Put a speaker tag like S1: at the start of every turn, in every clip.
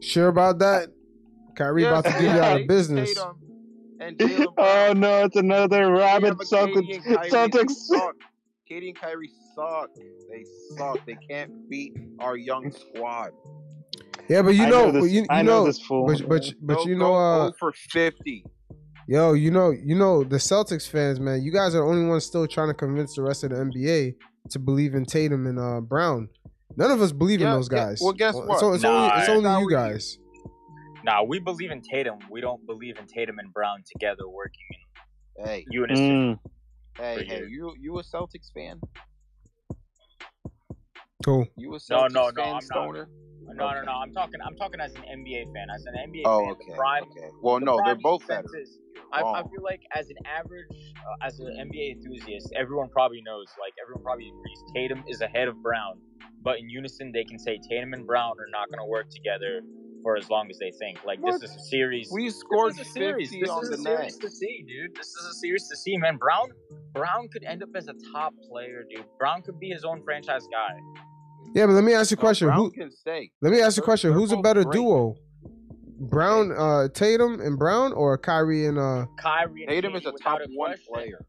S1: Sure about that? Kyrie
S2: Yes,
S1: about to get you out of
S2: Jason
S1: business.
S2: Tatum and Jaylen Brown.
S3: oh no, it's another Robin
S2: but KD and Kyrie
S3: Celtics.
S2: suck. KD and Kyrie suck. They suck. They can't beat our young squad.
S1: Yeah, but you
S3: I
S1: know,
S3: this,
S1: you, you
S3: I know,
S1: know,
S3: this fool.
S1: but but but
S2: They'll
S1: you
S2: go
S1: know, uh,
S2: 0 for fifty.
S1: yo, you know, you know, the Celtics fans, man, you guys are the only ones still trying to convince the rest of the NBA to believe in Tatum and uh, Brown. None of us believe in
S2: Yeah,
S1: those
S2: yeah,
S1: guys.
S2: well, guess
S1: It's,
S2: what?
S1: only- it's
S4: Nah,
S1: only, it's
S4: I-
S1: only
S2: I
S1: you
S2: would-
S1: guys.
S4: Nah, we believe in Tatum. We don't believe in Tatum and Brown together working
S2: Hey,
S4: in unison.
S3: Mm.
S2: hey,
S4: For
S2: hey!
S4: you.
S2: You you a Celtics fan?
S1: Cool.
S2: You a Celtics
S4: No, no, no,
S2: fan,
S4: I'm not.
S2: Stoner?
S4: No, no, no. I'm talking. I'm talking as an NBA fan. As an NBA
S2: Oh,
S4: fan,
S2: okay.
S4: the prime.
S2: okay. Well,
S4: the
S2: no, they're
S4: prime
S2: both better.
S4: defenses- I,
S2: You're
S4: I
S2: wrong.
S4: feel like as an average, uh, as an NBA enthusiast, everyone probably knows. Like everyone probably agrees, Tatum is ahead of Brown. But in unison, they can say Tatum and Brown are not going to work together for as long as they think. Like
S2: What?
S4: this is a series.
S2: We scored
S4: this is a series.
S2: 50
S4: This
S2: on
S4: is
S2: the
S4: a series
S2: Nets.
S4: to see, dude. This is a series to see, man. Brown, Brown could end up as a top player, dude. Brown could be his own franchise guy.
S1: Yeah, but let me ask you a
S2: No,
S1: question.
S2: Brown
S1: Who,
S2: can stay.
S1: let me ask you a
S2: They're-
S1: question.
S2: they're
S1: Who's a
S2: both
S1: better
S2: great.
S1: duo? Brown, uh, Tatum, and Brown, or Kyrie and uh?
S4: Kyrie and
S2: Tatum
S4: KD
S2: is a top
S4: without
S2: one
S4: question.
S2: player.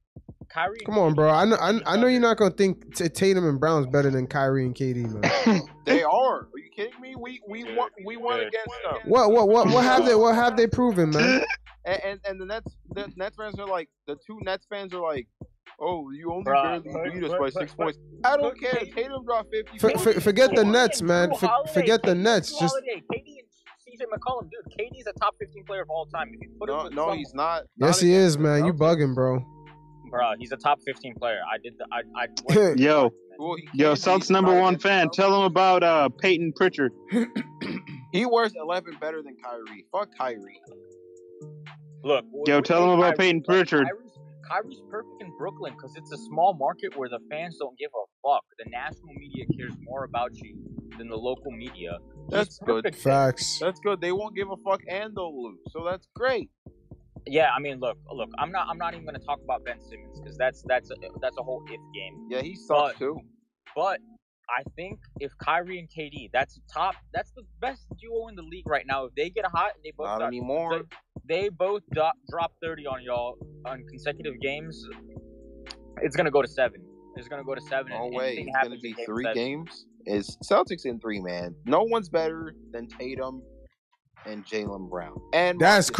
S4: Kyrie. and
S1: Come on,
S4: KD
S1: bro. I know,
S4: can beat
S1: I, I know
S4: each
S1: you're
S4: other.
S1: not gonna think T- Tatum and Brown's better than Kyrie and KD, man.
S2: They are. Are you kidding me? We we
S4: Dude,
S2: won we won
S4: dude.
S2: against them.
S1: What what what what have they what have they proven, man?
S2: And, and and the Nets the Nets fans are like the two Nets fans are like, oh, you only
S4: Bruh,
S2: barely
S4: but-
S2: beat us
S4: but-
S2: by
S4: but-
S2: six
S4: but-
S2: points. I don't
S4: but
S2: care.
S4: Tatum-
S2: Tatum dropped fifty.
S1: For,
S2: points.
S1: for, forget the
S4: KD
S1: Nets,
S4: and
S1: man.
S4: Drew
S1: For,
S4: Holiday,
S1: forget the
S4: KD and
S1: Nets.
S4: Drew
S1: Just
S4: Holiday, KD and CJ McCollum, dude. KD's a top 15 player of all time. If you put him
S2: No,
S4: with
S2: no,
S4: someone-
S2: he's not.
S1: yes,
S2: Not
S1: he
S2: against
S1: is,
S2: the
S1: man. You
S2: Celtics.
S1: bugging, bro.
S4: Bro, he's a top 15 player. I did the. I. I went-
S3: Yo,
S2: Well, he
S3: yo,
S2: can't beat
S3: Celtics number
S2: Kyrie
S3: one
S2: and
S3: fan.
S2: Celtics.
S3: Tell them about uh, Peyton Pritchard.
S2: He wears eleven better than Kyrie. Fuck Kyrie.
S4: Look.
S3: Yo, tell him about Peyton Pritchard.
S4: Kyrie's, Kyrie's perfect in Brooklyn because it's a small market where the fans don't give a fuck. The national media cares more about you than the local media. He's
S2: That's good.
S4: perfect.
S1: Facts.
S2: That's good. They won't give a fuck and they'll lose. So that's great.
S4: Yeah, I mean, look, look. I'm not. I'm not even gonna talk about Ben Simmons because that's that's a, that's a whole if game.
S2: Yeah, he sucks
S4: But-
S2: too.
S4: But I think if Kyrie and KD, that's top, that's the best duo in the league right now. If they get hot and they both
S2: Not
S4: start-
S2: anymore.
S4: they both do- drop thirty on y'all on consecutive games, it's gonna go to seven. It's gonna go to seven.
S2: No
S4: and
S2: way.
S4: anything
S2: Oh, It's
S4: happens
S2: gonna
S4: in
S2: be
S4: game
S2: three
S4: seven.
S2: games. It's Celtics in three, man. No one's better than Tatum and Jalen Brown. And
S1: That's
S2: Marcus.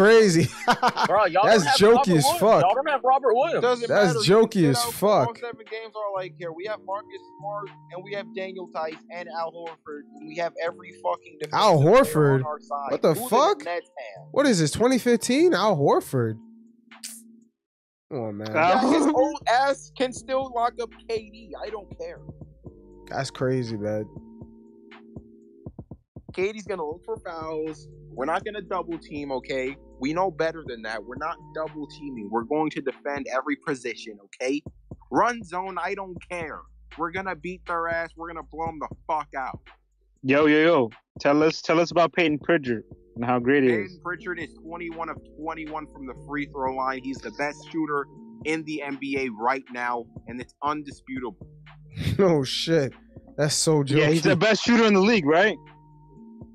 S1: crazy.
S4: Bro, y'all
S1: That's jokey
S4: don't have Robert
S1: as
S4: Williams.
S1: fuck.
S4: Y'all don't have Robert Williams.
S2: Doesn't
S1: That's
S2: matter. You can
S1: jokey
S2: sit
S1: as
S2: out for all
S1: fuck.
S2: Seven games are like here. We have Marcus Smart and we have Daniel Tice and Al Horford. And we have every fucking defensive
S1: Al
S2: player
S1: Horford?
S2: on our side.
S1: What the
S2: Who did
S1: fuck?
S2: Nets have?
S1: what is this? 2015? Al Horford. Come on, man.
S3: Al-
S2: Yeah, his old ass can still lock up KD. I don't care.
S1: That's crazy, man.
S2: Katie's gonna look for fouls. We're not gonna double team, okay? We know better than that. We're not double teaming. We're going to defend every position, okay? Run zone, I don't care. We're gonna beat their ass. We're gonna blow them the fuck out.
S3: Yo, yo, yo. Tell us, tell us about Peyton Pritchard and how great he is.
S2: Peyton Pritchard is 21 of 21 from the free throw line. He's the best shooter in the NBA right now, and it's undisputable.
S1: No Oh, shit. That's so jokey.
S3: Yeah, he's the best shooter in the league, right?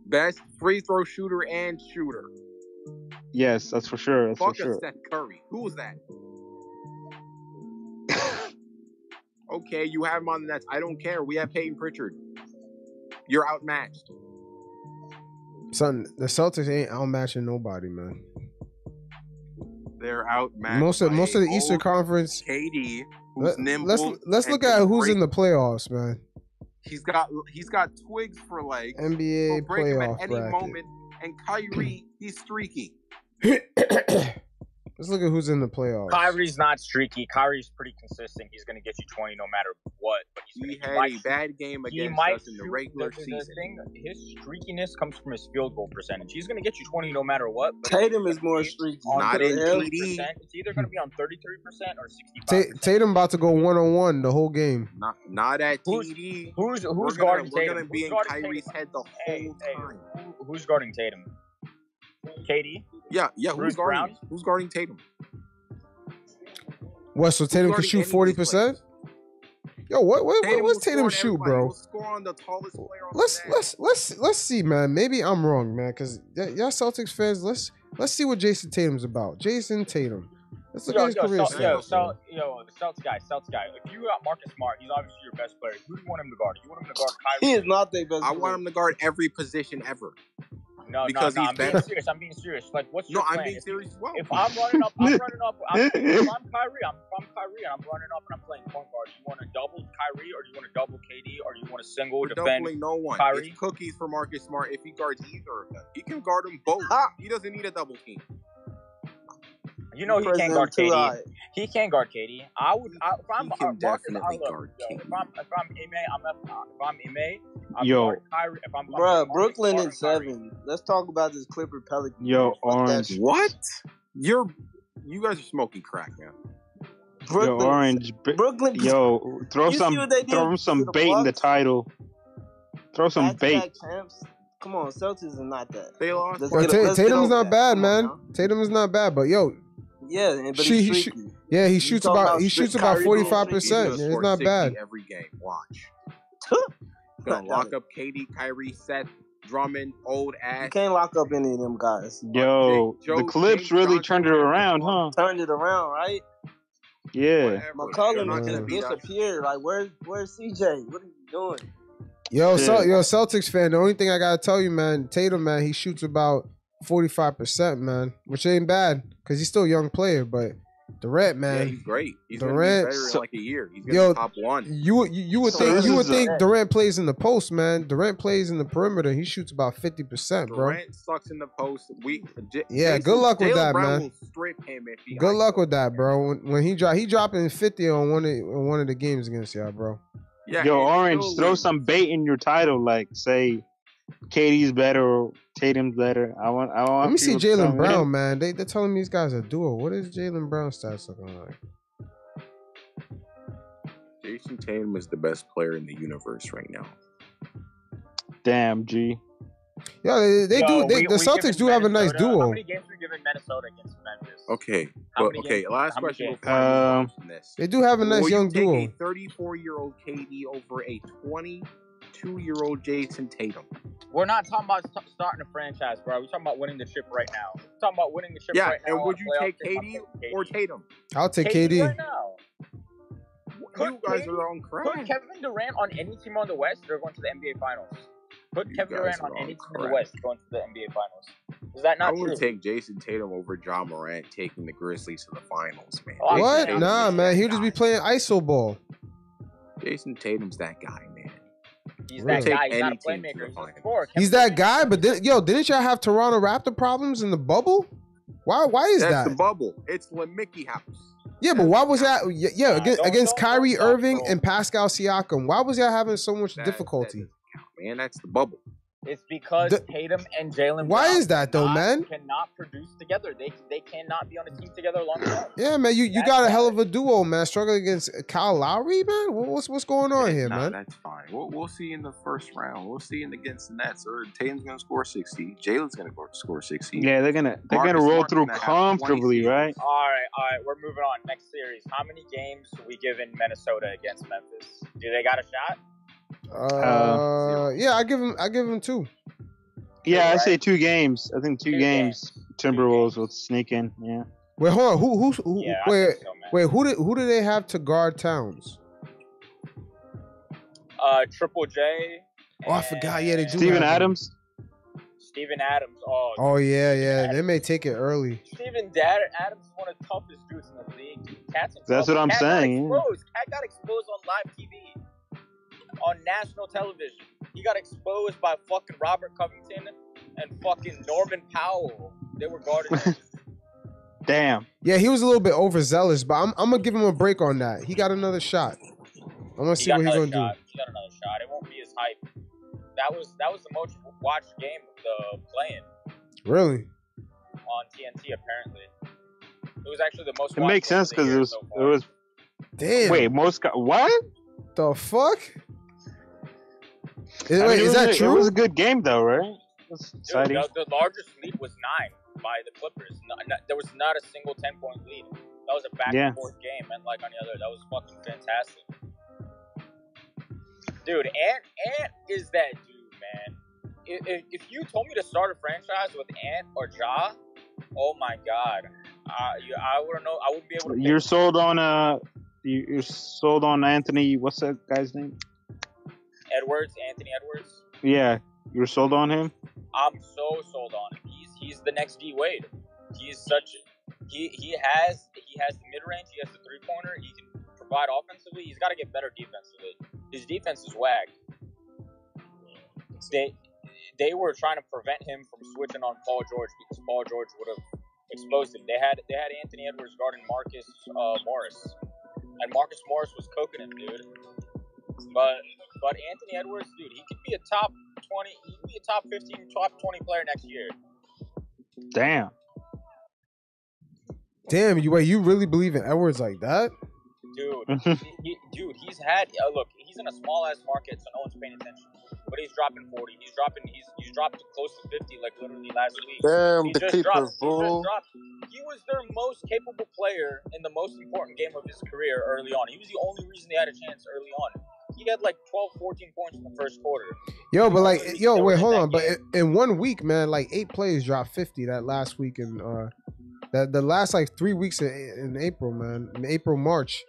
S2: Best free throw shooter and shooter.
S3: Yes, that's for sure. That's
S2: Fuck
S3: for sure.
S2: a Steph Curry. Who is that? okay, you have him on the Nets. I don't care. We have Peyton Pritchard. You're outmatched.
S1: Son, the Celtics ain't outmatching nobody, man.
S2: They're outmatched.
S1: Most of
S2: by
S1: most of the
S2: old
S1: Eastern Conference.
S2: KD, who's
S1: Let,
S2: nimble.
S1: us let's
S2: and
S1: look
S2: can
S1: at who's
S2: break-
S1: in the playoffs, man.
S2: He's got he's got twigs for legs. He'll
S1: NBA
S2: break him at
S1: playoff
S2: any
S1: bracket.
S2: moment. And Kyrie, he's streaky.
S1: Let's look at who's in the playoffs.
S4: Kyrie's not streaky. Kyrie's pretty consistent. He's gonna get you twenty no matter what. But he's
S2: He
S4: gonna-
S2: had
S4: might
S2: a
S4: shoot
S2: bad game
S4: he
S2: against
S4: might
S2: us in the
S4: shoot-
S2: regular
S4: the- the
S2: season.
S4: thing- his streakiness comes from his field goal percentage. He's going to get you 20 no matter what. but
S5: Tatum
S4: it's
S5: is more
S4: gonna be
S5: streaky.
S4: on
S2: Not in
S4: 33%.
S2: TD.
S4: It's either going to be on 33% or 65.
S1: Ta- Tatum about to go one on one the whole game.
S2: Not not at
S4: Who's-
S2: TD.
S4: Who's who's
S2: we're gonna,
S4: guarding
S2: we're
S4: Tatum?
S2: gonna be
S4: who's
S2: in
S4: guarding
S2: Kyrie's
S4: Tatum?
S2: head the whole
S4: Hey, hey.
S2: time.
S4: Who- Who's guarding Tatum? KD.
S2: Yeah, yeah. Who's
S4: Bruce
S2: guarding?
S4: Brown?
S2: Who's guarding Tatum?
S1: What? So Tatum can shoot forty percent? Yo, what what, what
S2: Tatum
S1: was
S2: will score
S1: Tatum
S2: on
S1: shoot,
S2: everybody.
S1: bro?
S2: He'll score on the tallest player on
S1: Let's
S2: the net.
S1: let's let's let's see, man. Maybe I'm wrong, man. Cause y- y'all Celtics fans, let's let's see what Jason Tatum's about. Jason Tatum. Let's look
S4: yo,
S1: at his
S4: yo,
S1: career
S4: Celt- yo,
S1: stats. man.
S4: Celt- yo, Celts guy, Celts guy. If you got Marcus Smart, he's obviously your best player. Who do you want him to guard? You want him to guard
S5: He
S4: Kyrie?
S5: is not their best.
S2: I want him to guard every position ever.
S4: no,
S2: because
S4: no, no,
S2: he's
S4: I'm being
S2: better.
S4: serious. I'm being serious. Like, what's
S2: No,
S4: your
S2: I'm
S4: plan?
S2: being
S4: If-
S2: serious as well.
S4: If I'm running up, I'm running up. I'm, if I'm Kyrie. I'm from Kyrie, and I'm running up and I'm playing point guard. Do you want to double Kyrie, or do you want to double KD, or do you want to single
S2: We're
S4: defend?
S2: doubling no one.
S4: Kyrie.
S2: It's cookies for Marcus Smart if he guards either of them. He can guard them both.
S5: Ah.
S2: He doesn't need a double team.
S4: You know he can't guard KD. He can guard KD. I would. I, if I'm
S2: He can
S4: uh, Marcus, I
S2: definitely
S4: look,
S2: guard
S4: yo,
S2: KD.
S4: If I'm if I'm Ime, I'm up, if I'm Ime, I'm
S3: Yo.
S4: guarding Kyrie. If I'm
S5: Bruh,
S4: I'm
S5: Brooklyn
S4: guarding
S5: in seven. Let's talk about this Clipper Pelican.
S3: Yo,
S5: Fuck that
S3: orange.
S5: shit.
S2: What? You're you guys are smoking crack, man.
S3: Yo,
S5: Brooklyn.
S3: orange. bi-
S5: Brooklyn.
S3: Yo, throw
S5: You see
S3: some
S5: what they did
S3: throw him some
S5: to the
S3: bait in the
S5: Bucks?
S3: title. Throw some bait.
S5: back-to-back champs. Come on, Celtics is not that.
S2: They lost.
S5: Let's
S1: Well,
S5: get-
S1: Ta-
S5: let's get
S1: Tatum's
S5: over
S1: not
S5: that.
S1: bad,
S5: Come on
S1: man.
S5: now.
S1: Tatum is not bad, but yo,
S5: Yeah, and- but
S1: She-
S5: he's
S1: she-
S5: streaky.
S1: yeah, he
S5: You
S1: shoots
S5: talking
S1: about
S5: about
S1: he shoots
S5: Kyrie
S1: about
S5: being
S1: forty five percent.
S5: Percent,
S2: He's
S1: Yeah,
S2: gonna
S1: it's
S2: score
S1: not
S2: 60
S1: bad.
S2: Every game, watch. He's
S5: Not
S2: Gonna lock
S5: that-
S2: up KD, Kyrie, Seth, Drummond, old
S5: You
S2: ass.
S5: can't lock up any of them guys.
S3: Yo,
S2: Jake- Joe-
S3: the Clips
S2: James
S3: really
S2: Johnson
S3: turned it
S2: and
S3: around, huh?
S2: Mark.
S5: Turned it around, right?
S3: Yeah.
S2: Whatever. You're
S5: McCollum
S2: not
S5: has
S2: gonna
S5: just
S2: beat us.
S5: disappeared. Like, where's where's CJ? What are you doing?
S1: Yo,
S3: Shit.
S1: Cel- yo, Celtics fan. The only thing I gotta tell you, man, Tatum, man, he shoots about forty five percent, man, which ain't bad because he's still a young player. But Durant,
S2: Yeah,
S1: man,
S2: he's great. He's
S1: Durant-
S2: gonna be better in like a year. He's gonna
S1: Yo,
S2: be top one.
S1: You you, you would
S5: So
S1: think
S3: this
S1: you would
S3: is a-
S1: think Durant plays in the post, man. Durant plays in the perimeter. He shoots about fifty percent, bro.
S2: Durant sucks in the post. We J-
S1: Yeah,
S2: Jason-
S1: good luck with
S2: Jaylen
S1: that,
S2: Brown
S1: man.
S2: will strip him if he
S1: Good luck
S2: isolates
S1: with that,
S2: him.
S1: bro. When, when he drop he dropping fifty on one of, on one of the games against y'all, bro.
S2: Yeah,
S3: Yo,
S2: and
S3: orange.
S2: still
S3: Throw
S2: wins.
S3: some bait in your title, like say, Katie's better or Tatum's better. I want. I want.
S1: Let me see
S3: people to tell
S1: Jalen
S3: me.
S1: Brown, man. They they're telling me these guys are duo. What is Jalen Brown stats looking like?
S2: Jason Tatum is the best player in the universe right now.
S3: Damn, G.
S1: Yeah, they, they
S4: Yo,
S1: do. They,
S4: we-
S1: the
S4: we giving
S1: Celtics do have a nice
S4: Minnesota- How
S1: duo.
S4: many games we giving Minnesota against Memphis?
S2: Okay,
S4: How
S2: but
S4: many
S2: okay.
S4: games-
S2: Last
S4: how many
S2: question
S4: games?
S2: before
S6: Uh,
S2: I
S3: Um,
S2: move on from this.
S1: They do have a nice
S2: Will
S1: young
S2: you take
S1: duo.
S2: a 34 year old KD over a 22 year old Jason Tatum?
S4: We're not talking about st- starting a franchise, bro. We're talking about winning the chip right now. We're talking about winning the chip
S2: Yeah,
S4: right now.
S2: and
S4: on
S2: would you
S4: playoff
S2: take
S4: chip. I'm
S2: KD
S4: taking
S2: Or Tatum?
S1: I'll take
S4: KD
S1: KD.
S4: right now. Put
S2: You guys
S4: KD
S2: are on
S4: Put
S2: crack.
S4: Kevin Durant on any team on the West, they're going to the NBA Finals. Put
S2: You
S4: Kevin
S2: guys
S4: Durant
S2: are
S4: on any team
S2: all
S4: on the
S2: correct.
S4: West, they're going to the NBA Finals. Is that
S2: I
S4: not
S2: would
S4: true?
S2: take Jason Tatum over John Morant taking the Grizzlies to the finals, man.
S4: Oh, I'm
S1: What?
S4: saying-
S1: Nah,
S4: I'm
S1: man.
S4: saying
S1: He'll just be
S4: guys.
S1: playing iso ball.
S2: Jason Tatum's that guy, man.
S4: He's
S1: Really?
S4: that guy. He's not a
S2: Take any team to the
S4: playmaker. He's a
S2: finals.
S4: scorer.
S1: He's
S4: Kevin
S1: that
S4: Durant-
S1: guy. But then, yo, didn't y'all have Toronto Raptor problems in the bubble? Why? Why is
S2: That's
S1: that?
S2: the bubble. It's the Mickey House.
S1: Yeah, but why was that? Yeah, yeah
S4: Nah,
S1: against,
S4: don't-
S1: against
S4: don't- don't
S1: Kyrie
S4: stop,
S1: Irving
S4: bro.
S1: and Pascal Siakam, why was y'all having so much
S2: That-
S1: difficulty?
S2: that doesn't count, man, that's the bubble.
S4: It's because
S1: The-
S4: Tatum and Jalen.
S1: Why
S4: Brown
S1: is that though,
S4: cannot-
S1: man?
S4: Cannot produce together. They they cannot be on a team together long term.
S1: Yeah, man, you, you
S4: That's
S1: got a
S4: why.
S1: hell of a duo, man. Struggling against Kyle Lowry, man. What- What's what's going on
S2: Yeah,
S1: here,
S2: nah,
S1: man?
S2: That's fine. We'll, we'll see in the first round. We'll see in against the Nets. Or Tatum's gonna score sixty. Jalen's gonna go score sixty.
S3: Yeah, they're gonna they're
S2: Marcus
S3: gonna roll
S2: Smart's
S3: through
S2: gonna have 20
S3: comfortably,
S2: seasons.
S3: right?
S4: All right, all right. We're moving on. Next series. How many games we give in Minnesota against Memphis? Do they got a shot?
S1: Uh, yeah, I give him I give him two.
S3: Yeah, I
S4: Right.
S3: say two games. I think two,
S4: Two
S3: games. Timberwolves will sneak in. Yeah.
S1: Wait, hold on. Who who, who
S4: Yeah. I
S1: wait
S4: think so, man.
S1: wait who did who do they have to guard Towns?
S4: Uh, Triple J.
S1: Oh, I forgot. Yeah, they
S4: and
S1: do
S3: Steven
S1: have him.
S3: Adams.
S4: Steven Adams. Oh,
S1: Oh yeah, yeah. They may take it early.
S4: Steven Dad Adams is one of the toughest dudes in the league. Dude, Cat's
S3: That's what I'm
S4: Cat
S3: saying, yeah.
S4: Got exposed. Cat got exposed on live TV, on national television. He got exposed by fucking Robert Covington and fucking Norman Powell. They were guarding him.
S3: Damn.
S1: Yeah, he was a little bit overzealous, but I'm I'm gonna give him a break on that. He got another shot. I'm gonna
S4: He
S1: see
S4: got
S1: what he's
S4: another
S1: gonna
S4: shot. He got another shot. It won't be as hype. That was that was the most watched game of the playing
S1: do. Really?
S4: on TNT. Apparently, it was actually the most.
S3: It
S4: watched
S3: makes
S4: game of
S3: sense
S4: the
S3: because it
S4: year
S3: was
S4: so
S3: it
S4: far.
S3: was.
S1: Damn.
S3: Wait, most got what?
S1: the fuck? Is,
S3: I mean,
S1: wait,
S3: it
S1: is
S3: was a-
S1: that
S3: It was
S1: true?
S3: a good game though, right? That's
S4: Dude,
S3: exciting.
S4: the, the largest lead was nine by the Clippers. No, no- there was not a single ten point lead. That was a back
S3: Yeah.
S4: and forth game, and like on the other, that was fucking fantastic. Dude, Ant Ant is that dude, man. I- If, if you told me to start a franchise with Ant or Ja, oh my god, I you, I wouldn't know. I wouldn't be able to. pick
S3: You're sold on uh, you- you're sold on Anthony. What's that guy's name?
S4: Edwards, Anthony Edwards.
S3: Yeah, you're sold on him.
S4: I'm so sold on him. He's he's the next D Wade. He is such. He he has he has the mid range. He has the three pointer. He can provide offensively. He's got to get better defensively. His defense is whack. They they were trying to prevent him from switching on Paul George because Paul George would have exposed him. They had they had Anthony Edwards guarding Marcus uh, Morris, and Marcus Morris was cooking him, dude. But but Anthony Edwards, dude, he could be a top 20, he could be a top 15, top 20 player next year.
S3: Damn.
S1: Damn, you wait, you really believe in Edwards like that?
S4: Dude, he, he- dude, he's had, uh, look, he's in a small ass market, so no one's paying attention. But he's dropping 40. He's dropping, he's, he's dropped close to 50, like literally last week.
S7: Damn,
S4: He
S7: the
S4: just dropped-
S7: Clippers,
S4: he just
S7: bro.
S4: dropped. He was their most capable player in the most important game of his career early on. He was the only reason they had a chance early on. He had like 12, 14 points in the first quarter.
S1: Yo, but like,
S4: He's
S1: yo,
S4: doing
S1: wait,
S4: it
S1: hold
S4: that
S1: on. But
S4: game.
S1: in, in one week, man, like eight players dropped fifty that last week, and uh, that the last like three weeks in, in April, man, in April March,